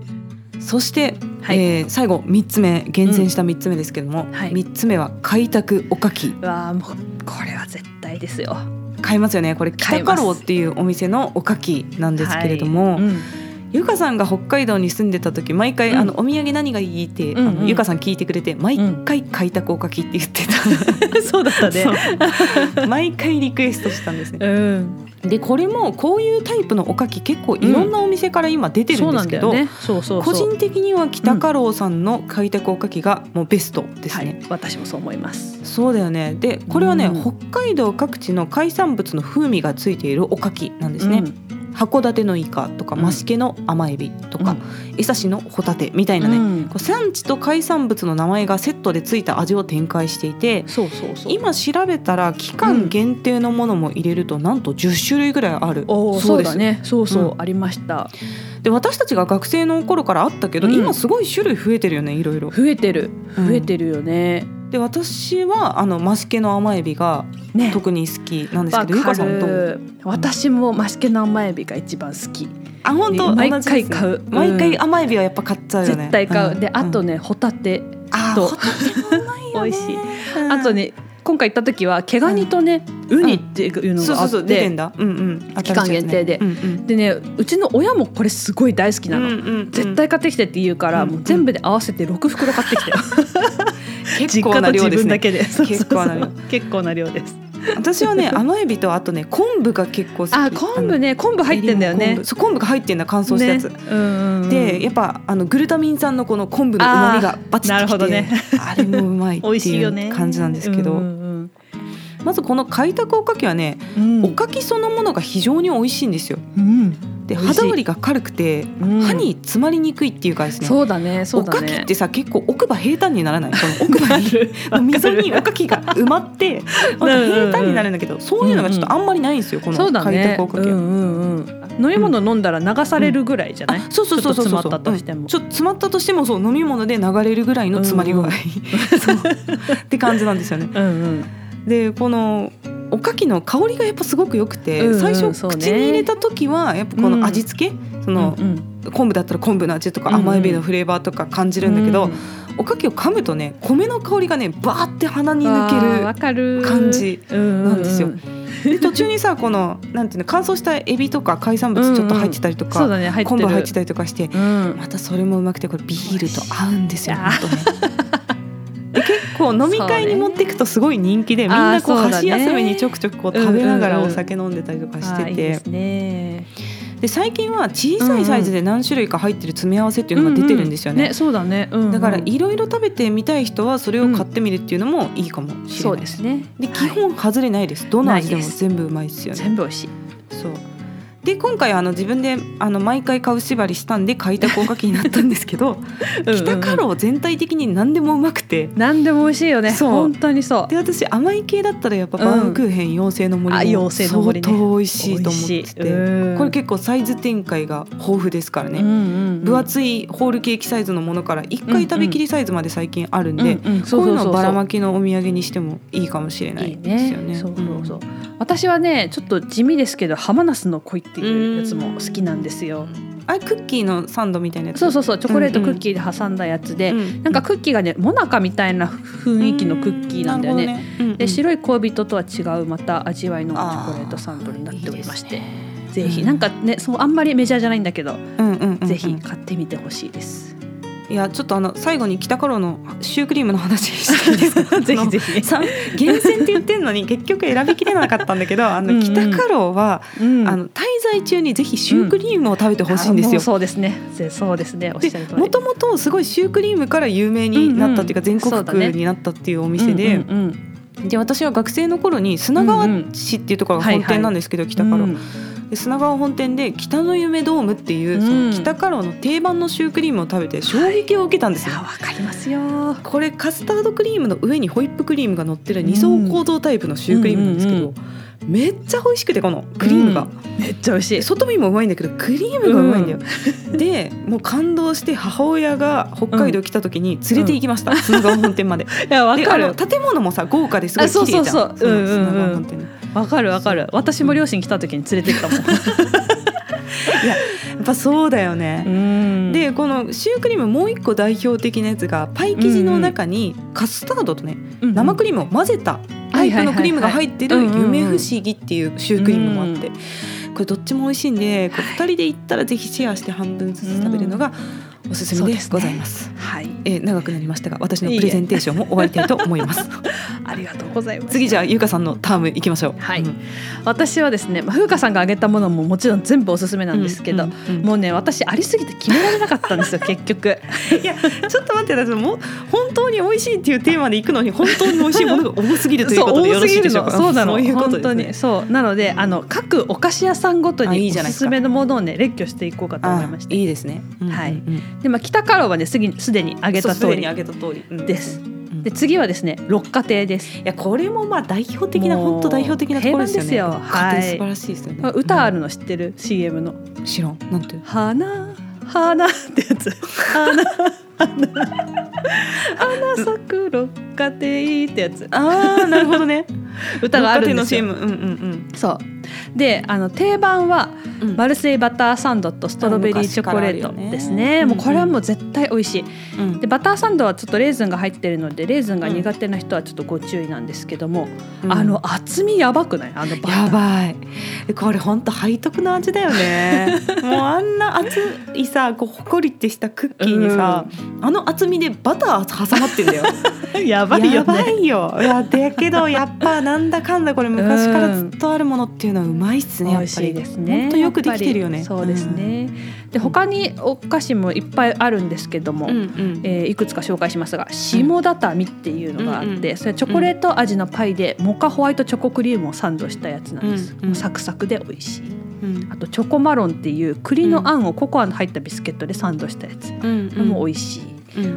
S2: そして、
S1: はい
S2: えー最後3つ目厳選した3つ目ですけども、
S1: んはい
S2: 3つ目は開拓おかき
S1: わあ、もうこれは絶対ですよ。
S2: 買いますよねこれ
S1: 買いま
S2: 北家
S1: す
S2: 老っていうお店のおかきなんですけれども、
S1: はいうん
S2: ゆかさんが北海道に住んでた時毎回、
S1: うん
S2: あのお土産何がいいって、
S1: うんうん
S2: あのゆかさん聞いてくれて毎回開拓おかきって言ってた、
S1: そうだったね。
S2: そう毎回リクエストしたんですね。
S1: うん。
S2: でこれもこういうタイプのおかき結構いろんなお店から今出てる
S1: そうん
S2: で
S1: な
S2: す
S1: んだ
S2: けど、
S1: よね。そうそうそう。
S2: 個人的には北家老さんの開拓おかきがもうベストです
S1: は
S2: ね。
S1: い、私もそう思います。
S2: そうだよねでこれはね、
S1: うん
S2: 北海道各地の海産物の風味がついているおかきなんですね、
S1: うん
S2: 函館のイカとか
S1: うん
S2: マシケの甘エビとか、江差しのホタテみたいなね、
S1: うん
S2: こう産地と海産物の名前がセットでついた味を展開していて
S1: そうそうそう。
S2: 今調べたら期間限定のものも入れるとなんと10種類ぐらいある、
S1: おー
S2: そ
S1: そうう
S2: です
S1: だねそうそう、
S2: う
S1: ありました
S2: で私たちが学生の頃からあったけど、
S1: うん
S2: 今すごい種類増えてるよねいろいろ。
S1: 増えてる
S2: うん
S1: 増えてるよね、
S2: で私はあのマシケの甘エビが
S1: ね
S2: 特に好きなんですけ
S1: わ
S2: ど、ゆ
S1: か
S2: かさんどう
S1: る私もマシケの甘エビが一番好き、
S2: あ本当、
S1: ね
S2: 同
S1: 毎
S2: じ
S1: 回
S2: ですね
S1: 買う、
S2: 毎
S1: う
S2: 回
S1: ん
S2: 甘エビはやっぱ買っちゃうよね
S1: 絶対買う、であと
S2: ね、
S1: ねホタテ
S2: あ
S1: と
S2: ホタテもうまい よね
S1: 美味しい
S2: うん
S1: あとね今回行った時は毛ガニとね、ウニっていうの
S2: そう
S1: があ
S2: そう
S1: っ
S2: そう出て
S1: て
S2: んだうんうん
S1: 期間限定で
S2: うんうん
S1: でねうちの親もこれすごい大好きなの、
S2: うんうんうん
S1: 絶対買ってきてって言うから、
S2: うん
S1: もう全部で合わせて6袋買ってきて、
S2: 結
S1: 実
S2: 構
S1: 家
S2: な
S1: と
S2: 量
S1: 自
S2: です
S1: 分だ
S2: ね
S1: けでそうそうそう
S2: 結構な量
S1: 結構な量です
S2: 私はね甘エビとあとね昆布が結構好き
S1: あ昆布
S2: ね
S1: ね昆布入ってんだよね
S2: そう昆布が入ってんだ乾燥したやつ、
S1: ねうんうんうん
S2: でやっぱあのグルタミン酸のこの昆布の旨味がバチッ
S1: あーな
S2: ときて
S1: るほどね
S2: あれもうまいって
S1: 美味しい
S2: い
S1: よね
S2: う感じなんですけど、
S1: うんうん
S2: まずこの開拓おかきはね、
S1: うん
S2: おかきそのものが非常に美味しいんですよ
S1: うん
S2: で
S1: 美味しい
S2: 歯触りが軽くて、
S1: うん
S2: 歯に詰まりにくいっていうかですね
S1: そうだねそう
S2: お
S1: だ
S2: かき
S1: ね
S2: ってさ結構奥歯平坦にならないその奥歯
S1: な
S2: に
S1: る
S2: 溝に
S1: わ
S2: お
S1: かる
S2: かきが埋まってなんか
S1: うんうん
S2: 平坦になるんだけどそういうのがちょっとあんまりないんですよこの
S1: そうだ
S2: 開
S1: ね
S2: 拓おか
S1: う
S2: きは。
S1: んうんうん飲み物飲んだら流されるぐらいじゃない、
S2: あそうそうそうそうそう
S1: ちょっと詰まったとしても
S2: うんちょっと詰まったとしてもそう飲み物で流れるぐらいの詰まり具
S1: う
S2: 合、
S1: ん
S2: そうって感じなんですよね。
S1: うんうん
S2: でこのおかきの香りがやっぱすごく良くて、
S1: うんうん
S2: 最初
S1: そうね
S2: 口に入れた時はやっぱこの味付け、その
S1: うんうん
S2: 昆布だったら昆布の味とか
S1: うんうん
S2: 甘エビのフレーバーとか感じるんだけど、おかきを噛むとね米の香りがねバーって鼻に抜
S1: あーわ
S2: け
S1: かる
S2: る感じ
S1: な
S2: なんですよで途中にさこのなんていうの乾燥したエビとか海産物ちょっと入ってたりとか、
S1: そうだね入ってる
S2: 昆布入ってたりとかして
S1: うん
S2: またそれもうまくてこれビールと合うんですよ
S1: いやー
S2: 本当ねで結構飲み会に持っていくとすごい人気でみんなこう
S1: あーそうだ
S2: 箸
S1: ね
S2: 休めにちょくちょくこう食べなが
S1: う
S2: ら
S1: んうん
S2: お
S1: うん
S2: 酒飲んでたりとかし
S1: あー
S2: て
S1: いいで
S2: て
S1: すね
S2: で最近は小さいサイズで何種類か入ってる詰め合わせっていうのが出てるんですよ
S1: うう
S2: ね
S1: ねそうだね、うんうん
S2: だからいろいろ食べてみたい人はそれを買ってみるっていうのもいいかもしれ
S1: そ
S2: な
S1: う
S2: い
S1: ですね
S2: で基
S1: はい
S2: 本外れないですどの味でも
S1: ないです
S2: 全部うまいですよね
S1: 全部美味しい
S2: そうで今回あの自分であの毎回買う縛りしたんで開拓おかきになったんです けど北カロー全体的に何でもうまくて
S1: 何でも美味しいよね
S2: そう
S1: 本当にそう
S2: で私甘い系だったらやっぱバウムクーヘン妖精の森
S1: あ
S2: も
S1: 妖精の
S2: 相
S1: 森ね
S2: 当美味しいと思ってて、これ
S1: 結
S2: 結構サイズ展開が豊富ですからね、分厚いホールケーキサイズのものから1回食べきりサイズまで最近あるんで、
S1: うん
S2: こういうのをばら
S1: ま
S2: まきのお土産にしてもいいかもしれない
S1: い
S2: で
S1: ね
S2: すよね。
S1: そうそうそう私はねちょっと地味ですけどハマナスの恋っていうやつも好きなんですよ
S2: あれクッキーのサンドみたいなやつ
S1: そうそうそうチョコレートクッキーで挟んだやつで、
S2: うん
S1: なんかクッキーがねモナカみたいな雰囲気のクッキーなんだよね。
S2: るほどうんうん
S1: で白い恋人とは違うまた味わいのチョコレートサンドになっておりまして
S2: いいですね
S1: ぜひなんかねそうあんまりメジャーじゃないんだけど、
S2: うんうんうんうん
S1: ぜひ買ってみてほしい です。
S2: いやちょっとあの最後に北カロのシュークリームの話していいです か
S1: ぜひぜひ。
S2: さん厳選って言ってんのに結局選びきれなかったんだけどあ
S1: うんう
S2: の
S1: ん
S2: 北カロは、
S1: うん
S2: あの滞在中にぜひシュークリームを食べてほしいんです
S1: あも
S2: よ
S1: う。そうですね。ぜそうですね。おっしゃる通り。
S2: もともとすごいシュークリームから有名になったっていうか、
S1: うんうんそ
S2: 全
S1: う
S2: 国
S1: だ
S2: 区
S1: ね
S2: になったっていうお店で、
S1: うんうん
S2: で私は学生の頃に砂川市っていうところが本店なんですけど、北カ
S1: う
S2: ロ、
S1: ん
S2: で砂川本店で北の夢ドームっていう、そ
S1: うん
S2: の北カロの定番のシュークリームを食べて衝撃を受けたんです
S1: い
S2: よ
S1: や。わかりますよ。
S2: これカスタードクリームの上にホイップクリームが乗ってる二層構造タイプのシュークリームなんですけど、
S1: うんうん
S2: めっちゃ美味しくてこのクリームが、
S1: めっちゃ美味しい。
S2: 外見もうまいんだけどクリームがうまいんだよ、でもう感動して母親が北海道来た時に連れて行きました、砂川本店まで
S1: いやわ
S2: で
S1: か
S2: あの
S1: る。
S2: 建物もさ豪華ですごい
S1: あそう
S2: 綺
S1: そう
S2: 麗じ
S1: そ
S2: ゃ
S1: うん
S2: その砂
S1: うんうんう
S2: 川
S1: ん
S2: 本店の
S1: わかるわかる。私も両親来た時に連れてきたもん。
S2: やっぱそうだよね、
S1: うん
S2: でこのシュークリームもう一個代表的なやつがパイ生地の中にカスタードとね生ク
S1: リ
S2: リームを混ぜたタイプのクリームが入ってる
S1: はいはいはいはい
S2: 夢不思議っていうシュークリームもあってこれどっちも美味しいんでこう
S1: はい
S2: 2人で行ったらぜひシェアして半分ずつ食べるのがおすす
S1: そう
S2: め
S1: で
S2: です
S1: ね
S2: ございます。
S1: ーム。はい。
S2: えー長くなりましたが私のプレゼンテーションも終わりたいと思い ます
S1: ありがとうございます。
S2: 次じゃあゆうかさんのタームいきましょう
S1: はい
S2: うん
S1: 私はですね、まあ、風花さんが挙げたものももちろん全部おすすめなんですけど、
S2: うんうんうん
S1: もうね私ありすぎて決められなかったん ですよ結局
S2: いやちょっと待って私もう本当に美味しいっていうテーマで行くのに本当に美味しいものが多すぎるという
S1: そ
S2: こ
S1: う
S2: とでよ
S1: 多
S2: ろ
S1: す
S2: し
S1: ぎ
S2: いで
S1: る
S2: しょう
S1: の
S2: か
S1: そうなの、
S2: いうこと
S1: 本
S2: です
S1: 当
S2: ね
S1: にそうなのであの各お菓子屋さんごと
S2: あい
S1: に
S2: いじゃ
S1: お
S2: ない
S1: す
S2: です
S1: す
S2: か
S1: めのものをね列挙していこうかと思い
S2: あ
S1: まして
S2: いいですね
S1: はい
S2: うんうんうん
S1: で、まあ、北カロはねすぎすでに挙げ
S2: そう
S1: た
S2: す
S1: 通
S2: でに
S1: り
S2: 挙げた通りうん
S1: です
S2: ん
S1: で次はですね六花亭です
S2: いやこれもまあ代表的な
S1: もう
S2: 本当代表的なところですよね。
S1: 定番ですよはい
S2: 家庭素晴らしいですよね。
S1: 歌あるの知ってる CM の
S2: うん知らんなんて
S1: 「花花」ってやつ「花花花咲く六花亭」ってやつ
S2: ああなるほどね。
S1: 歌があるん
S2: の
S1: ですよ
S2: CM うんうんうん。
S1: そうであの定番は
S2: うん
S1: マルセイバターサンドとストロベリーチョコレー
S2: あ昔からある
S1: ト
S2: よね
S1: ですね
S2: うん
S1: もうこれはもう絶対美味しい
S2: うん
S1: でバターサンドはちょっとレーズンが入ってるのでレーズンが苦手な人はちょっとご注意なんですけども、
S2: うん
S1: あの厚みやばくないあのバター
S2: やばいこれほんと背徳の味だよ ねもうあんな厚いさこうほこりってしたクッキーにさ、あの厚みでバター挟まってんだよ
S1: やばい
S2: や
S1: よ
S2: ば
S1: ね
S2: いよいやだけどやっぱなんだかんだこれ昔からずっとあるものっていうのはうまいっすね
S1: 美
S2: やっ
S1: 味
S2: ぱ
S1: しい
S2: り
S1: ですね
S2: ほんとよくできてるよね
S1: やっぱりそうですね、で他にお菓子もいっぱいあるんですけども、
S2: うんうん
S1: えーいくつか紹介しますが下畳っていうのがあって、
S2: うんうん
S1: それはチョコレート味のパイでモカホワイトチョコクリームをサンドしたやつなんです、
S2: うんうん
S1: もうサクサクで美味しい
S2: うん
S1: あとチョコマロンっていう栗のあんをココアの入ったビスケットでサンドしたやつ、こ
S2: うん
S1: れも
S2: う
S1: 美味しい
S2: ん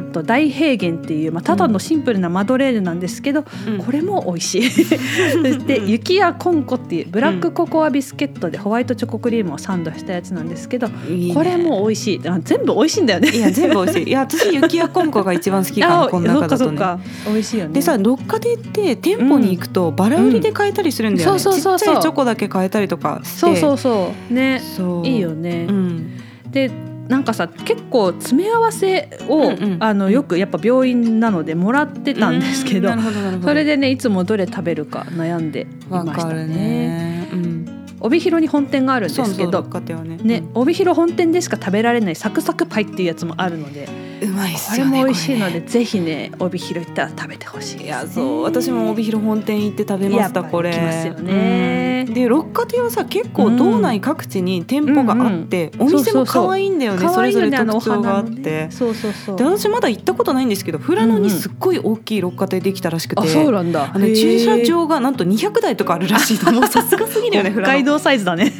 S1: あと大平原っていう、まあ、ただのシンプルなマドレーヌなんですけど、
S2: うん
S1: これも美味しいそ して雪やコンコっていうブラックココアビスケットでホワイトチョコクリームをサンドしたやつなんですけど、
S2: いいね
S1: これも美味しいあ全部美味しいんだよね
S2: いや全部美味しいいや私雪やこんこが一番好きか
S1: あ
S2: なこの中だとね
S1: そっかそっか美味しいよね
S2: でさ六花亭って店舗に行くとバラ売りで買えたりするんだよね、
S1: うんそうそうそう
S2: ち
S1: そう
S2: っちゃいチョコだけ買えたりとかして
S1: そうそうそうね
S2: そう
S1: いいよね
S2: う、ん
S1: でなんかさ結構詰め合わせを、
S2: うんうん
S1: あのよくやっぱ病院なのでもらってたんですけど、
S2: うんなるほどなるほど
S1: それでねいつもどれ食べるか悩んでいま
S2: わ
S1: し
S2: か
S1: た
S2: る
S1: ね
S2: ね、うん、
S1: 帯広に本店があるんですけ
S2: そうそう
S1: ど
S2: 六花亭はね
S1: ね、帯広本店でしか食べられないサクサクパイっていうやつもあるので
S2: うんうまいっ
S1: こ
S2: す
S1: れ
S2: よね
S1: も美味しいの
S2: こ
S1: で、
S2: れね
S1: ぜひね帯広行ったら食べてほしいです、ね、
S2: いやそう私も帯広本店行って食べました
S1: やっぱり
S2: これ
S1: 来ますよね
S2: うんで六花亭はさ結構道内各地に店舗があって、
S1: んうん
S2: お店も可愛いんだよね
S1: 可愛い
S2: そ
S1: よ
S2: れ
S1: ね
S2: ぞ
S1: あ
S2: れ
S1: のお
S2: 特徴があ
S1: 花
S2: っ
S1: の
S2: て、
S1: ねそうそうそう
S2: で私まだ行ったことないんですけど富良野
S1: うんう
S2: に
S1: ん
S2: すっごい大きい六花亭できたらしくて、
S1: あそうなんだ
S2: あの
S1: へー
S2: 駐車場がなんと200台とかあるらしいのもう さすがすぎるよね
S1: 北
S2: 富
S1: 海
S2: 良野
S1: 道サイズだね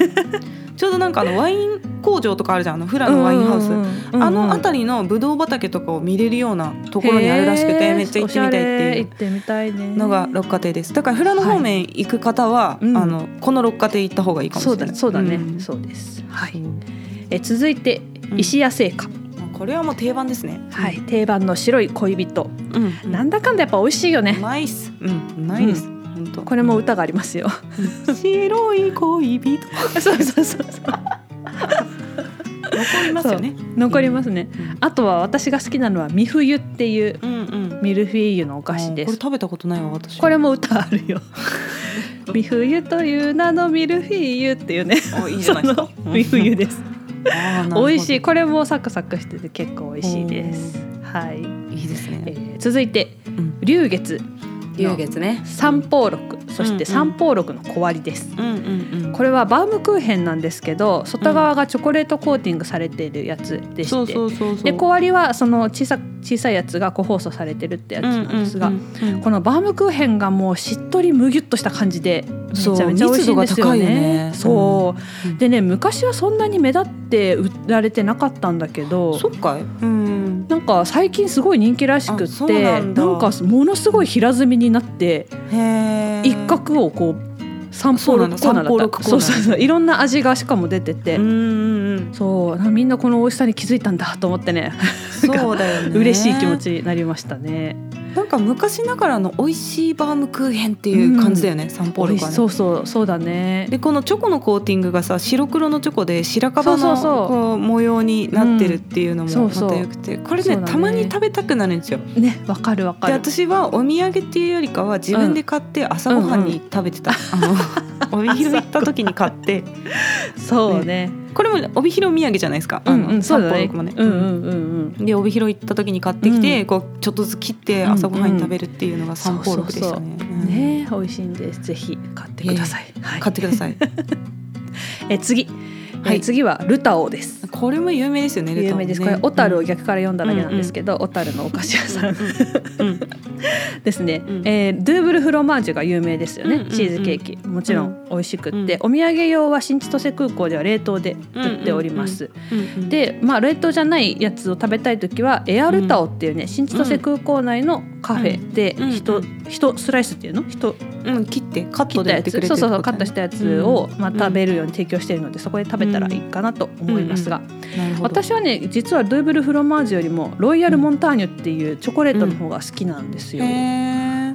S2: ちょうどなんかあのワイン工場とかあるじゃんあの富良野ワインハウス、あの
S1: り
S2: 辺りのブドウ畑とかを見れるようなところにあるらしくてめっちゃ行ってみたいっていう
S1: 行ってみたいね
S2: のが六花亭ですだから富良野方面行く方は、
S1: はいうん
S2: あのこの六花亭行った方がいいかもし
S1: そ
S2: れ
S1: う
S2: ない
S1: だそうだね、
S2: ん
S1: そうですは
S2: そ
S1: いうえ続いて
S2: うん
S1: 石屋製菓、
S2: まあこれはもう定番ですね
S1: はい定番の白い恋人、
S2: うん、
S1: なんだかんだやっぱ美味しいよ
S2: う
S1: ね、
S2: まいっすうんうまいです、本当
S1: これも歌がありますよ
S2: 白い恋人
S1: そうそうそうそう
S2: 残りますよね。
S1: 残りますね、
S2: うん
S1: あとは私が好きなのはミフユっていう
S2: うんうん。
S1: ミルフィーユのお菓子で
S2: これ
S1: す
S2: 食べたことないわ私。
S1: これも歌ある よミフユという名のミルフィーユっていうね
S2: おいいじゃないですか。
S1: そのミフユ です美味しい
S2: い。
S1: これもサクサクしてて結構美味しいですはい、
S2: いいです
S1: え
S2: ね。
S1: ー続いて
S2: うん
S1: 龍月
S2: 龍月ね。
S1: 三宝六そし
S2: うんう
S1: て
S2: ん
S1: 三宝六の小割りです、
S2: うんうんうん。
S1: これはバウムクーヘンなんですけど外側がチョコレートコーティングされているやつでして、
S2: そうそうそうそう。
S1: で小割りはその小さ小さいやつが個包装されてるってやつなんですが、
S2: うんうんうん
S1: このバームクーヘンがもうしっとりむぎゅっとした感じでめち
S2: そう
S1: ゃめちゃ美味しいんですよね。
S2: 密度が高いよ
S1: そ
S2: ね
S1: う、
S2: うん
S1: でね昔はそんなに目立って売られてなかったんだけど
S2: そっかい。うん。
S1: なんか最近すごい人気らしくっ
S2: あそう
S1: て
S2: な
S1: なんん
S2: だ
S1: かものすごい平積みになって
S2: へえ。
S1: 一。角をこう三方六コーナ
S2: そ
S1: ー
S2: うな
S1: だ
S2: ん
S1: った
S2: だ三方六コーナー
S1: そうそうそういろんな味がしかも出てて、
S2: うんうんうん。
S1: そうなんかみんなこの美味しさに気づいたんだと思ってね
S2: そうだよね。
S1: 嬉しい気持。ちになりましたね。
S2: なんか昔ながらの美味しいバームクーヘンっていう感じだよね。散歩
S1: 美味
S2: とか
S1: し
S2: ね。
S1: そうそうそうだね。
S2: でこのチョコのコーティングがさ白黒のチョコで白樺
S1: そう
S2: の
S1: そうそう
S2: こう模様になってるっていうの
S1: うんそ
S2: も
S1: う
S2: ま
S1: そう
S2: たよくてこれ
S1: そう
S2: ね
S1: だね
S2: たまに食べたくなるんですよ。
S1: ねわかるわか
S2: で
S1: る。
S2: 私はお土産っていうよりかは自分で買って朝ごはんに食べてた、あ の帯広行った時に買って
S1: そうね。
S2: これも帯広土産じゃないですか、
S1: うん
S2: あ
S1: うん
S2: の
S1: そうだ
S2: 札幌
S1: ね。
S2: とかもね。
S1: うんうんうんうん。
S2: で帯広行った時に買ってきて、
S1: う
S2: こうちょっとずつ切って朝ごはんに食べるっていうのが三宝六でしたね。うん
S1: ね美味しいんです。ぜひ買ってください。はい。
S2: 買ってください。
S1: え次、
S2: は
S1: はいい、次はルタオです。
S2: これも有名ですよね。レ
S1: 有
S2: タもね
S1: 名です。これ小樽を逆から読んだだけなんですけど、小樽のお菓子屋さん
S2: うんうん
S1: ですね。
S2: うん
S1: えードゥーブルフロマージュが有名ですよね。
S2: うんうんうん
S1: チーズケーキもちろん美味しくって、
S2: うん
S1: お土産用は新千歳空港では冷凍で売っております。
S2: うん
S1: で、まあ、冷凍じゃないやつを食べたい時はエアルタオっていうね、新千歳空港内のカフェで
S2: うん
S1: 人、
S2: う
S1: 人スライスっていうの人
S2: うん、切ってカッ
S1: 切
S2: ト
S1: った
S2: でや
S1: や
S2: って
S1: つ、
S2: くれて
S1: そうそうそう
S2: って
S1: カ
S2: こ
S1: ット
S2: とね
S1: したやつを、まあ、
S2: うん
S1: 食べるように提供しているのでそこで食べたらいいかなと思いますが、
S2: なるほど
S1: 私はね実はドゥーブルフロマージュよりもロイヤルモンターニュっていうチョコレートの方が好きなんですよ。
S2: へー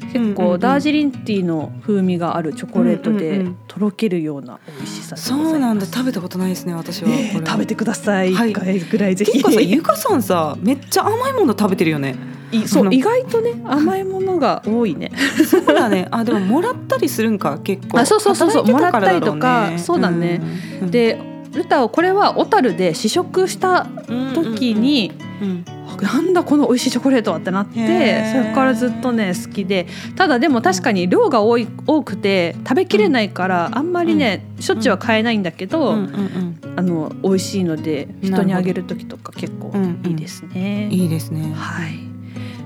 S1: 結
S2: うんうんう
S1: 構
S2: ん
S1: ダージリンティーの風味があるチョコレート
S2: うんう
S1: で
S2: んうん
S1: とろけるような美味しさで
S2: そ
S1: ございます
S2: うなんだ食べたことないですね私はこれ、
S1: えー食べてください、
S2: はい
S1: 一回ぐらいぜ
S2: て
S1: ひ
S2: いうかさゆかさんさめっちゃ甘いもの食べてるよね
S1: いそ
S2: あの
S1: う意外とね甘いものが多いね
S2: そうだねあでももらったりするんか結構
S1: あそうそうそうそう
S2: 働いてからだろ
S1: もらった
S2: うね
S1: りとかそうだね
S2: うんうん
S1: でルタをこれは小樽で試食した時に、
S2: うんうんうん
S1: なんだこの美味しいチョコレートはってなっ
S2: へ
S1: て
S2: ー
S1: それからずっとね好きでただでも確かに量が多い多くて食べきれないから、あんまりね、しょっちゅうは買えないんだけど、
S2: うんうん
S1: あの美味しいので
S2: なるほど
S1: 人にあげる時とか結構
S2: うん
S1: いいですね。
S2: うんいいですね
S1: はい、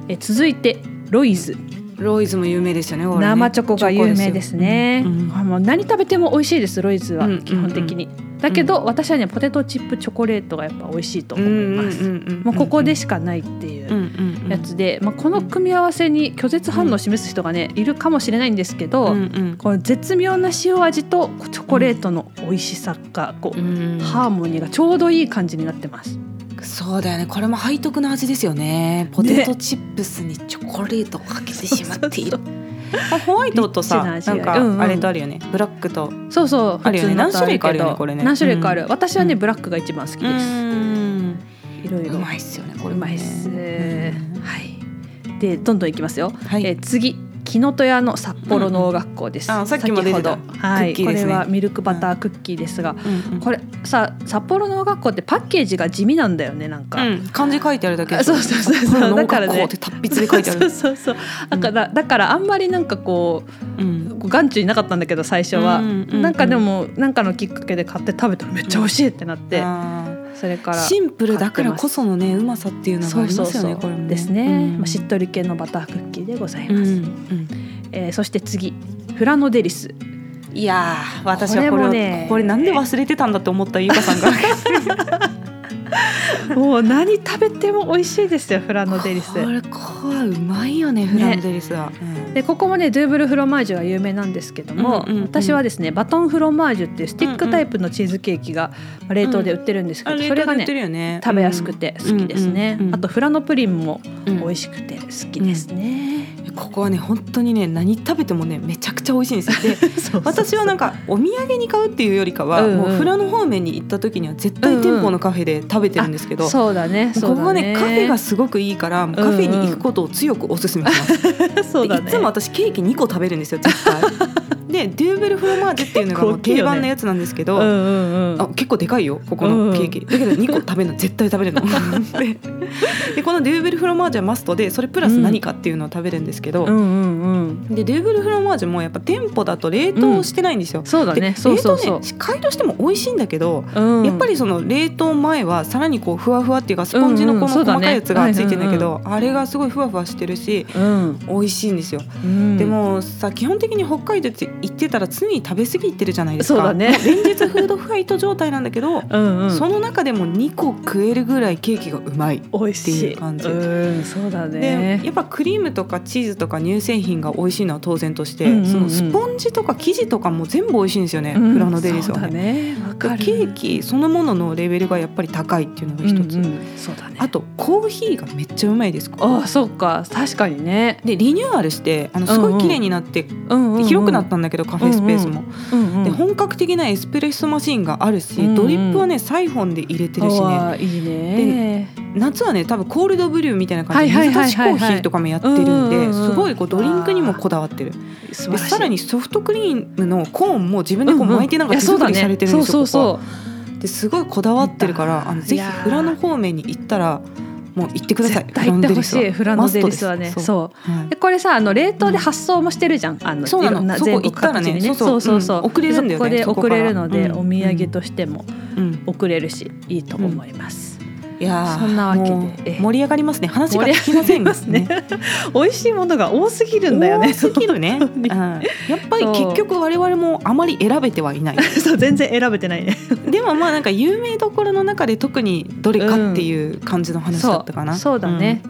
S1: え続いてロイズ
S2: ロイズも有名ですよねこれね
S1: 生チョコが有名ですね。
S2: チョコですようん
S1: これもう何食べても美味しいですロイズは、
S2: うん
S1: 基本的に。だけど、私はねポテトチップチョコレートがやっぱ美味しいと
S2: う
S1: 思い
S2: ん
S1: ます。
S2: うんうんうん
S1: もうここでしかないっていううん
S2: うんうん
S1: やつで、まあ、この組み合わせに拒絶反応を示す人がね、いるかもしれないんですけど、
S2: うんうん
S1: この絶妙な塩味とチョコレートの美味しさがこう、
S2: うん
S1: ハーモニーがちょうどいい感じになってます。
S2: そうだよねこれも背徳の味ですよねポテトチップスにチョコレートをかけてしまって いるあホワイトとさ
S1: リ
S2: な
S1: ッチな味
S2: ん
S1: がうんうん
S2: かあれとあるよねブラックと
S1: そうそう
S2: あるよね
S1: 普通のと
S2: 何種類かあるよね
S1: けど
S2: これね
S1: 何種類かある、
S2: うん
S1: 私はね
S2: うん
S1: ブラックが一番好き
S2: う
S1: です。
S2: ん
S1: いろいうろ
S2: まいっすよねこれ
S1: う
S2: も
S1: ま
S2: ね
S1: いっす、
S2: うん
S1: はいでどんどんいきますよ、
S2: はい
S1: えー次木の戸屋の札幌農学校です、
S2: うんあさっきも出てた
S1: 先ほどはい、
S2: クッキーですね
S1: これはミルクバタークッキーですが、
S2: うんうん
S1: これさ札幌農学校ってパッケージが地味なんだよねなんか、
S2: うん漢字書いてあるだけ
S1: あそうそうそうそうだからね。
S2: こうって達筆で書いてある
S1: そうそうそうだからだからあんまりなんかこ
S2: うん
S1: う眼中になかったんだけど最初は、
S2: うんうんうん
S1: なんかでもなんかのきっかけで買って食べたらめっちゃ美味しいってなって、
S2: あ
S1: それか
S2: ー
S1: ら
S2: シンプルだからこそのねうまさっていうのがありますよねこれもね
S1: ですね、
S2: うん
S1: まあ、しっとり系のバタークッキーでござい
S2: うん
S1: ま
S2: う
S1: す、
S2: ん
S1: えーそして次フラノデリス
S2: いやー私はこれを
S1: これも
S2: こ
S1: ね
S2: れなんで忘れてたんだって思ったゆかさ んが
S1: もう何食べても美味しいですよフラノデリス
S2: これこうはうまいよねフランデリスは、
S1: でここもねドゥーブルフロマージュが有名なんですけども、
S2: うんうんうん
S1: 私はですねバトンフロマージュっていうスティックタイプのチーズケーキがまあ冷凍で売ってるんですけど、
S2: うん、
S1: それが
S2: あ冷凍で売っ
S1: ね
S2: てるよね
S1: 食べやすくて好きですね、
S2: うんうんうん
S1: あとフラノプリンも
S2: うん
S1: 美味しくて好きですね、
S2: ここはね本当にね何食べてもねめちゃくちゃ美味しいん ですよで私はなん
S1: か
S2: かお土産に買うっていうよりかは、
S1: うんうん
S2: もうフラの方面に行った時には絶対店舗のカフェで食べてるんですけど、
S1: そうだねそ
S2: こ
S1: うだね
S2: こはねカフェがすごくいいからもうカフェに行くことを強くおすすめします、
S1: そうだ
S2: で
S1: ね
S2: いつも私ケーキ2個食べるんですよ絶 対でデューベルフロマージュっていうのがもう
S1: 結構大きいよね
S2: 定番のやつなんですけど、
S1: うんうんうん
S2: あ結構でかいよここのケーキ、だけど2個食べるの絶対食べ るのででこのデューベルフロマージュはマストでそれプラス何かっていうのを食べるんですけど、
S1: うんうんうん
S2: でデューベルフロマージュもやっぱ店舗だと冷凍してないんですよ、
S1: そうだ
S2: で
S1: ねそうそうそう
S2: 冷凍ね解凍しても美味しいんだけど、
S1: うん
S2: やっぱりその冷凍前はさらにこうふわふわっていうかスポンジのこの
S1: うんうんそ
S2: 細
S1: うだね
S2: かいやつがついてんだけど、あれがすごいふわふわしてるし
S1: うん
S2: 美味しいんですよ、
S1: うん
S2: でもさ基本的に北海道って行ってたら常に食べ過ぎてるじゃないですか
S1: そうだね
S2: 連日フードファイト状態なんだけど、
S1: うんうん
S2: その中でも2個食えるぐらいケーキがうまい。
S1: 美味し
S2: って
S1: い
S2: いう感じ
S1: うんそうだ
S2: でや
S1: ね
S2: っぱクリームとかチーズとか乳製品が美味しいのは当然として、
S1: うんうんうん
S2: そのスポンジとか生地とかも全部美味しいんですよね、
S1: うん
S2: フラノデリス
S1: そう
S2: は
S1: だ
S2: ね。
S1: ねわ
S2: で
S1: かる
S2: ケーキそのもののレベルがやっぱり高いっていうのが一つ、
S1: うんうんそうだね
S2: あとコーヒーがめっちゃうまいです
S1: ああそうか確かにね
S2: でリニューアルしてあのす
S1: うん
S2: ご
S1: う
S2: い
S1: ん
S2: 綺麗になって、
S1: うんうんうん
S2: 広くなったんだけどカフェスペースも、
S1: うんうん
S2: で本格的なエスプレッソマシンがあるし、
S1: うんうん
S2: ドリップはねサイフォンで入れてるしね
S1: ああいいね
S2: 夏はね多分コールドブリューみたいな感じで
S1: はい
S2: 水
S1: はいはい
S2: 出しコ
S1: はいはい
S2: ーヒーとかもやってるんで、
S1: うんうんうんうん
S2: すごいこうドリンクにもこだわってる
S1: 素晴
S2: で
S1: らしい
S2: さらにソフトクリームのコーンも自分でこう巻いてなんか
S1: う
S2: 手
S1: ういや
S2: 作りされてるんですよ、
S1: そうだねそうそうそう
S2: ここはですごいこだわってるからあのぜ
S1: い
S2: ひ
S1: やー
S2: 裏の方面に行ったらもう行ってください
S1: 絶対行ってほしいフラノデリスはね
S2: マストです
S1: そう
S2: そうはい
S1: でこれさあの冷凍で発送もしてるじゃん、あの
S2: そうないの
S1: ろんな
S2: そこ
S1: 全国各地にね
S2: 行ったらねそうそううん送れるんだ
S1: そ
S2: よね
S1: こで送れるので、
S2: そこ
S1: お
S2: からうん
S1: 土産としても
S2: うん
S1: 送れるしいいと思います、
S2: いやー
S1: そんなわけで
S2: もう
S1: ええ
S2: 盛り上がりますね話が聞きませ
S1: 盛り上が
S2: ん
S1: りますね美味しいものが多すぎるんだよね
S2: 多すぎる
S1: 本
S2: ね、
S1: 当に
S2: うんやっぱり結局我々もあまり選べてはいない
S1: そう全然選べてないね
S2: でもまあなんか有名どころの中で特にどれかっていう感じの話だったかな、
S1: そうそうだね、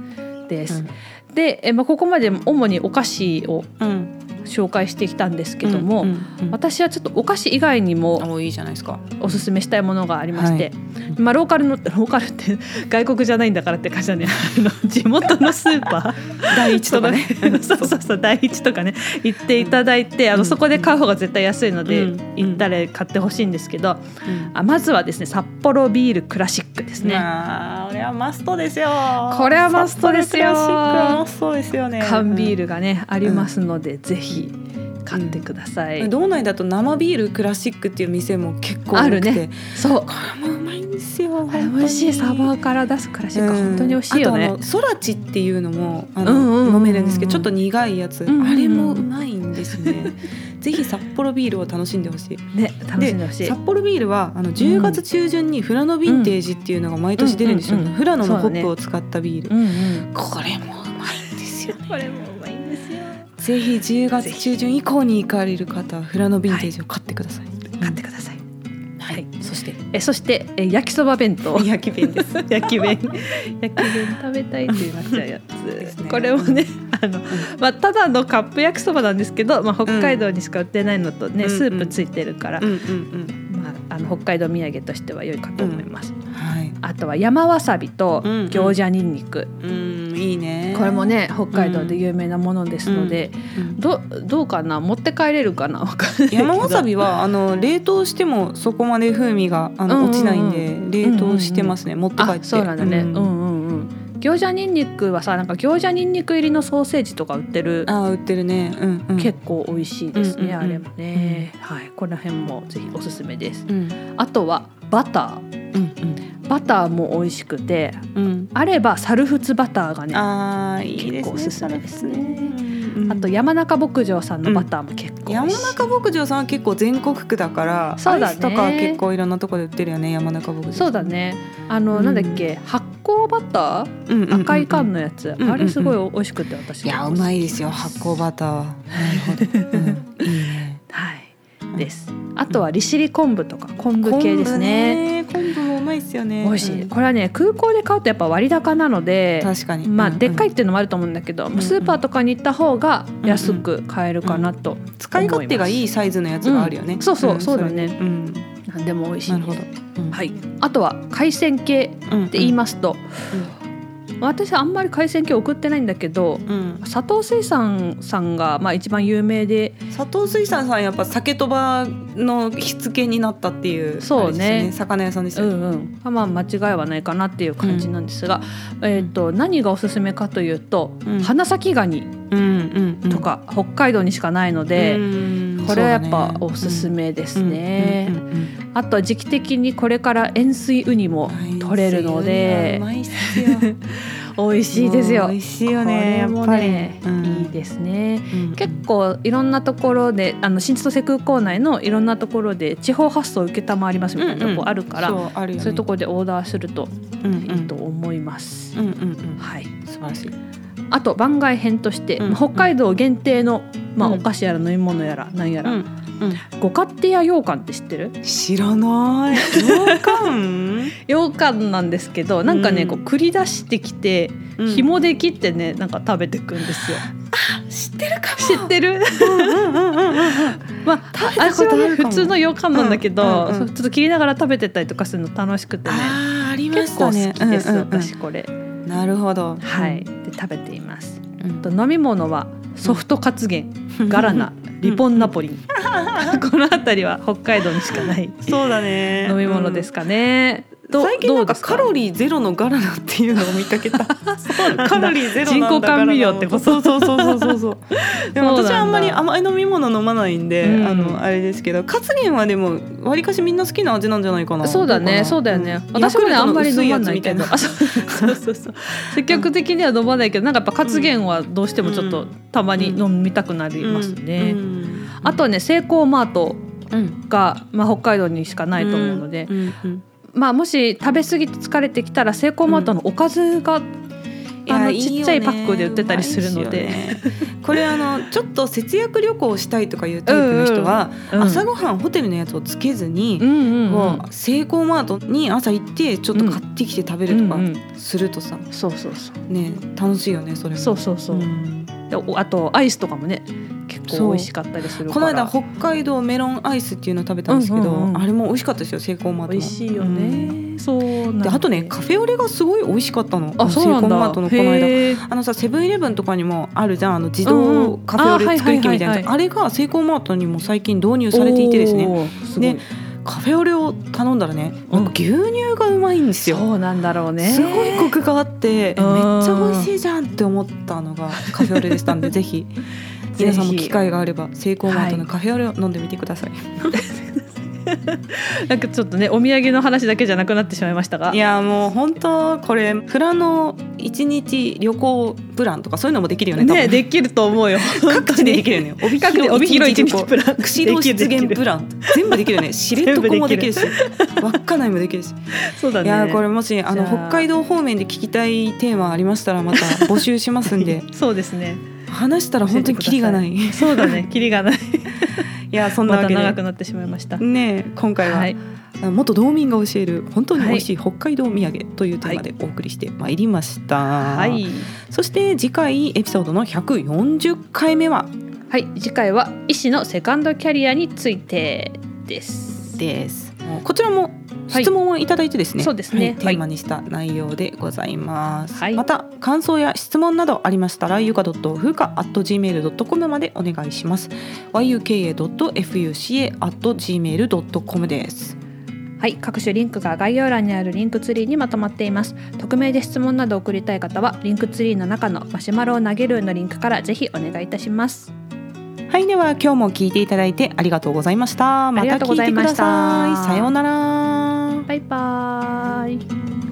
S1: で
S2: うん、
S1: す、でえ、まあ、ここまで主にお菓子を
S2: うん
S1: 紹介してきたんですけども、私はちょっとお菓子以外にも
S2: おいいじゃないですか。
S1: おすすめしたいものがありまして、まあ、ローカルのローカルって 外国じゃないんだからって感じ だねあの地元のスーパー
S2: 第一とかね
S1: そうそうそう第一とかね行っていただいて、あ
S2: う
S1: の
S2: ん
S1: そこで買う方が絶対安いので、
S2: うん
S1: 行ったら買ってほしいんですけど、
S2: うん
S1: あまずはですね札幌ビールクラシックですね。
S2: ああ、俺はマストですよ。
S1: これはマストですよ
S2: 札幌クラシックはマストですよね。
S1: 缶ビー
S2: ル。
S1: ルがね、ありますのでぜひ買ってください、
S2: 道内だと生ビールクラシックっていう店も結構多くて
S1: あるねそう
S2: これもうまいんですよ。
S1: あれ美味しいサーバーから出すクラシック、本当に美味しいよ
S2: あと
S1: ね
S2: あのソラチっていうのもあ
S1: うんうんうんう
S2: の
S1: ん
S2: 飲めるんですけどちょっと苦いやつ、
S1: んうんうん
S2: あれもうまいんです ねぜひ札幌ビールを楽しんでほしい
S1: ね楽しんでほしい
S2: 札幌ビールはあの10月中旬に富良野ヴィンテージっていうのが毎年出るんですよ、
S1: うんうんうん
S2: 富良野のホ
S1: そうだ
S2: ッ
S1: ね
S2: プを使ったビール、
S1: うんうん
S2: これもうまいんですよね
S1: これもうまいんですよ
S2: ぜひ10月中旬以降に行かれる方は富良野ヴィンテージを買ってください、
S1: 買ってください
S2: はい、そして
S1: えそしてえ焼きそば弁当
S2: 焼き弁です
S1: 焼き弁焼き弁食べたいってなっちゃうや
S2: です
S1: つ、
S2: ね
S1: これもねあの、まあ、ただのカップ焼きそばなんですけど、まあ、北海道にしか売ってないのとね、
S2: うん
S1: スープついてるから、
S2: うんうん
S1: まあ、あの北海道土産としては良いかと思います、
S2: うんはい
S1: あとは山わさびと
S2: うんうん
S1: 餃子にんにく、
S2: うんいいね
S1: これも、ね北海道で有名なものですので、
S2: うん
S1: どどうかな持って帰れるかなわかんないけど
S2: 山わさ びはあの冷凍してもそこまで風味があ
S1: うんうん
S2: の
S1: うん
S2: 落ちないんで、冷凍してますね、持って帰っ
S1: あ
S2: て
S1: そうなんだね、うん、
S2: ん
S1: うんうん餃子にんにくはさなんか餃子にんにく入りのソーセージとか売ってる
S2: あー売ってるねうんうん
S1: 結構美味しいですね、
S2: うんうんうん
S1: あれもね、はいこの辺もぜひおすすめです
S2: うん
S1: あとはバタ
S2: うん
S1: ーバターも美味しくて
S2: うん
S1: あれば猿フツバターが
S2: う
S1: ね
S2: ん
S1: あ
S2: あーいいですね
S1: 結構おすすめですね
S2: サラダうんうん
S1: と山中牧場さんのバターも結構美
S2: 山
S1: 味しい、
S2: 中牧場さんは結構全国区だから
S1: そうだね
S2: アイスとか結構いろんなとこで売ってるよね山中牧場
S1: そうだ、ねあの、
S2: うん
S1: なんだっけ発酵バター
S2: うんうんうん
S1: 赤い缶のやつ、
S2: うん
S1: あれすごい美味しくて私
S2: いやうまいですよ発酵バターはなるほど、うんいいね
S1: はいですあとは利尻昆布とか昆布系ですね
S2: 昆布ね昆布もうまいですよね
S1: 美味しい、
S2: うん
S1: これはね空港で買うとやっぱ割高なので
S2: 確かに
S1: まあ、
S2: うんうん
S1: でっかいっていうのもあると思うんだけど、
S2: んうん
S1: スーパーとかに行った方が安く買えるかなと、
S2: 使い勝手がいいサイズのやつがあるよね。
S1: うんそうそうんそうだね
S2: れうん、
S1: 何でも美味しい
S2: な
S1: で
S2: る
S1: す
S2: ほど。うん
S1: はい、あとは海鮮系っ
S2: うん、って
S1: 言いますと、
S2: す。
S1: 私あんまり海鮮系送ってないんだけど
S2: うん、
S1: 佐藤水産さんがまあ一番有名で
S2: 佐藤水産さんやっぱ酒とばの火付けになったっていう
S1: そうね
S2: あれですよ魚屋さんです
S1: う
S2: よね。
S1: んうん、まあ間違いはないかなっていう感じなんですが、えー、と何がおすすめかというと、
S2: うん
S1: 花咲ガニ
S2: うんうんうん
S1: とか、北海道にしかないので、
S2: うん
S1: これはやっぱおすす
S2: で
S1: めですね。
S2: うんうんうんうん
S1: あとは時期的にこれから塩水ウニも取れるので
S2: 海鮮はうまいっすよ
S1: 美味しいですよ。
S2: もう美味しいよね。
S1: これもね、いいですね。
S2: す。うん
S1: 結構いろんなところであの新千歳空港内のいろんなところで地方発送承りますみたいなとこあるから、
S2: そうあるよね
S1: そういうところでオーダーすると
S2: うんうん
S1: いいと思います。
S2: うんうんうん
S1: はい、
S2: 素晴らしい。
S1: あと番外編として、
S2: うん
S1: 北海道限定の、まあ、
S2: う
S1: お
S2: ん
S1: 菓子やら飲み物やらなんやら、
S2: うん
S1: ご家庭や羊羹って知ってる
S2: 知ら ない。羊羹
S1: 羊羹なんですけどなんかね、
S2: うん
S1: こう繰り出してきて、
S2: うん
S1: 紐で切ってねなんか食べてくんですよ。
S2: 知ってるかも。
S1: 知ってるまあ味は
S2: 食べたことあるかも
S1: ね普通の羊羹なんだけど、
S2: うんうんうん
S1: そうちょっと切りながら食べてたりとかするの楽しくてね
S2: あーありま
S1: 結
S2: し
S1: 構好
S2: たね。
S1: きです、
S2: うんうんうん
S1: 私これ。
S2: なるほど。
S1: はい、で食べています。
S2: うん。
S1: あと飲み物はソフトカツゲン、ガラナ、リポンナポリン。 この辺りは北海道にしかない
S2: そうだね。
S1: 飲み物ですかね。
S2: うん。
S1: ど
S2: 最近なんかカロ
S1: リ
S2: リーゼロのガラナっていうのを見か けた。カロリーゼロなんだ
S1: 人工 甘味料
S2: ガラナ
S1: ってこと
S2: そうそうそうそうそうそう。 でも
S1: そうなん
S2: 私
S1: だ
S2: はあんまり甘い飲み物飲まないんで、
S1: うん
S2: あのあれですけど、カツゲンはでもわりかしみんな好きな味なんじゃないかな。
S1: そうだね、そうだよね。私もね、あんまり飲まないけど。あ、そうそうそう そう。積極的には飲まないけど、なんかやっぱ活源はどうしてもちょっ
S2: う
S1: と
S2: ん
S1: たまに飲みたくなり
S2: い
S1: ますね。あとはね、セイコーマートがまあ北海道にしかないと思うので、まあもし食べ過ぎて疲れてきたらセイコーマートのおかずがあのちっちゃいパックで売ってたりするので、
S2: これあのちょっと節約旅行をしたいとかいうタイプの人は、
S1: うん
S2: 朝ごはんホテルのやつをつけずに
S1: う、んうんうん
S2: もうセイコーマートに朝行ってちょっと買ってきて食べるとか
S1: うん
S2: するとさ、
S1: うんそうそうそう
S2: ね楽しいよねそれも
S1: そうそうそう
S2: う。ん
S1: でおあとアイスとかもね結構美味しかったりする
S2: この
S1: から
S2: 間北海道メロンアイスっていうのを食べたんですけど、
S1: うんうんうん
S2: あれも美味しかったですよセイコーマートの
S1: 美味しいよね、そうなん
S2: で
S1: だ
S2: あとねカフェオレがすごい美味しかったの
S1: あそうなん
S2: セイコー
S1: だ
S2: マートのこの間
S1: へー
S2: あのさセブンイレブンとかにもあるじゃんあの自
S1: うんう
S2: 動
S1: ん
S2: カフェオレ作り機みたいなやつ
S1: あ
S2: あれがセイコーマートにも最近導入されていてですね
S1: おーすごい
S2: でカフェオレを頼んだらね
S1: うん
S2: なんか牛乳がうまいんですよ、
S1: そうなんだろうね
S2: すごいコクがあって、え
S1: うん
S2: めっちゃ美味しいじゃんって思ったの がカフェオレでしたんでぜ ひ皆さんも機会があればセイコーマートのカフェオレを飲んでみてください、
S1: なんかちょっとねお土産の話だけじゃなくなってしまいましたが
S2: い、やもう本当これフラの一日旅行プランとかそういうのもできるよね多分
S1: ねできると思うよ
S2: 各 地でできるよ ね
S1: 各地で帯広一日プラン
S2: 釧路出現プ
S1: ン
S2: ラン全部でき るよね知床もできるし稚内もできるし
S1: そうだ
S2: い
S1: ね
S2: やーこれもしあの
S1: じゃあ
S2: 北海道方面で聞きたいテーマありましたらまた募集しますんで
S1: そうですね
S2: 話したら本当にキリがないい
S1: そうだ ねキリがない
S2: やそんな
S1: ま
S2: わ
S1: た
S2: けで、
S1: 長くなってしまいました
S2: ねえ今回は、
S1: はい
S2: あの元道民が教える本当に美味しい北海道土産というテーマでお送りしてまいりました、
S1: はい
S2: そして次回エピソードの140回目は
S1: はい次回は医師のセカンドキャリアについてです
S2: ですこちらも
S1: はい
S2: 質問をいただいてですね、
S1: そうですね
S2: はいテーマにした内容でございます、
S1: はい
S2: また感想や質問などありましたらゆか .fuka.gmail.com までお願いします yuka.fuca.gmail.com です
S1: はい各種リンクが概要欄にあるリンクツリーにまとまっています匿名で質問など送りたい方はリンクツリーの中のマシュマロを投げるのリンクからぜひお願いいたします
S2: はいでは今日も聞いていただいてありがとうございましたま
S1: あり
S2: た
S1: がとうご
S2: 聞い
S1: ざい
S2: てく
S1: ま
S2: だ
S1: した
S2: さいさようなら
S1: バイバーイ